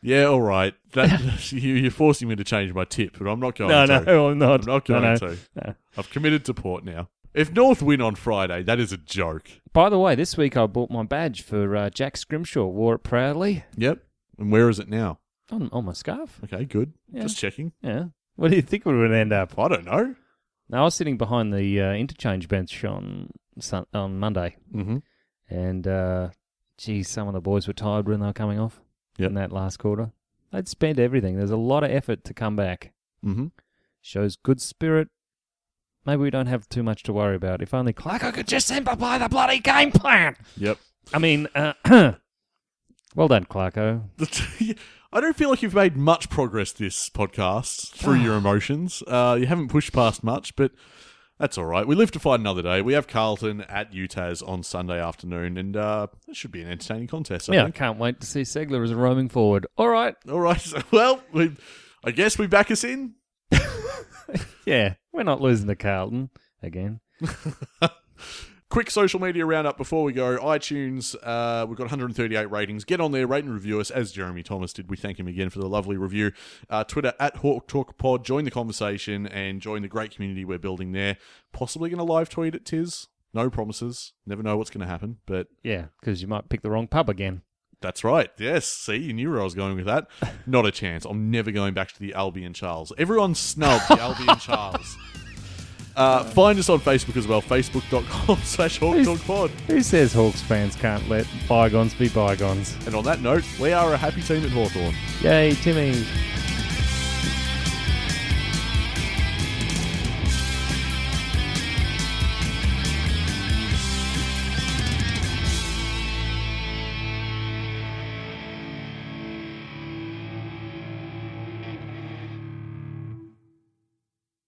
Yeah, all right. [laughs] That, [laughs] you, you're forcing me to change my tip, but I'm not going no, to. no, I'm not. I'm not No, going no. to. I've committed to Port now. If North win on Friday, that is a joke. By the way, this week I bought my badge for uh, Jack Scrimshaw. Wore it proudly Yep. And where is it now? on on my scarf. Okay, good. Yeah. Just checking. Yeah. What do you think we would end up? I don't know. Now I was sitting behind the uh, interchange bench on Sun- on Monday, Mm-hmm. and uh, geez, some of the boys were tired when they were coming off Yep. in that last quarter. They'd spent everything. There's a lot of effort to come back. Mm-hmm. shows good spirit. Maybe we don't have too much to worry about. If only Clarko could just simplify the bloody game plan. Yep. I mean, uh, [clears throat] well done, Clarko. [laughs] I don't feel like you've made much progress this podcast through your emotions. Uh, you haven't pushed past much, but that's all right. We live to fight another day. We have Carlton at UTAS on Sunday afternoon, and uh, it should be an entertaining contest. I yeah, I think. can't wait to see Segler as a roaming forward. All right. All right. [laughs] So, well, we, I guess we back us in. Yeah, we're not losing to Carlton again. Quick social media roundup before we go. iTunes, uh, we've got 138 ratings. Get on there, rate and review us, as Jeremy Thomas did. We thank him again for the lovely review. Uh, Twitter at Hawk Talk Pod. Join the conversation and join the great community we're building there. Possibly going to live tweet it, Tiz. No promises. Never know what's going to happen, but Yeah, because you might pick the wrong pub again. that's right. Yes. See, you knew where I was going with that. Not a chance. I'm never going back to the Albion Charles. Everyone snubbed the Albion Charles. Uh, find us on Facebook as well, facebook.com [laughs] slash Hawk Talk Pod. Who says Hawks fans can't let bygones be bygones? And on that note, we are a happy team at Hawthorn. Yay, Timmy.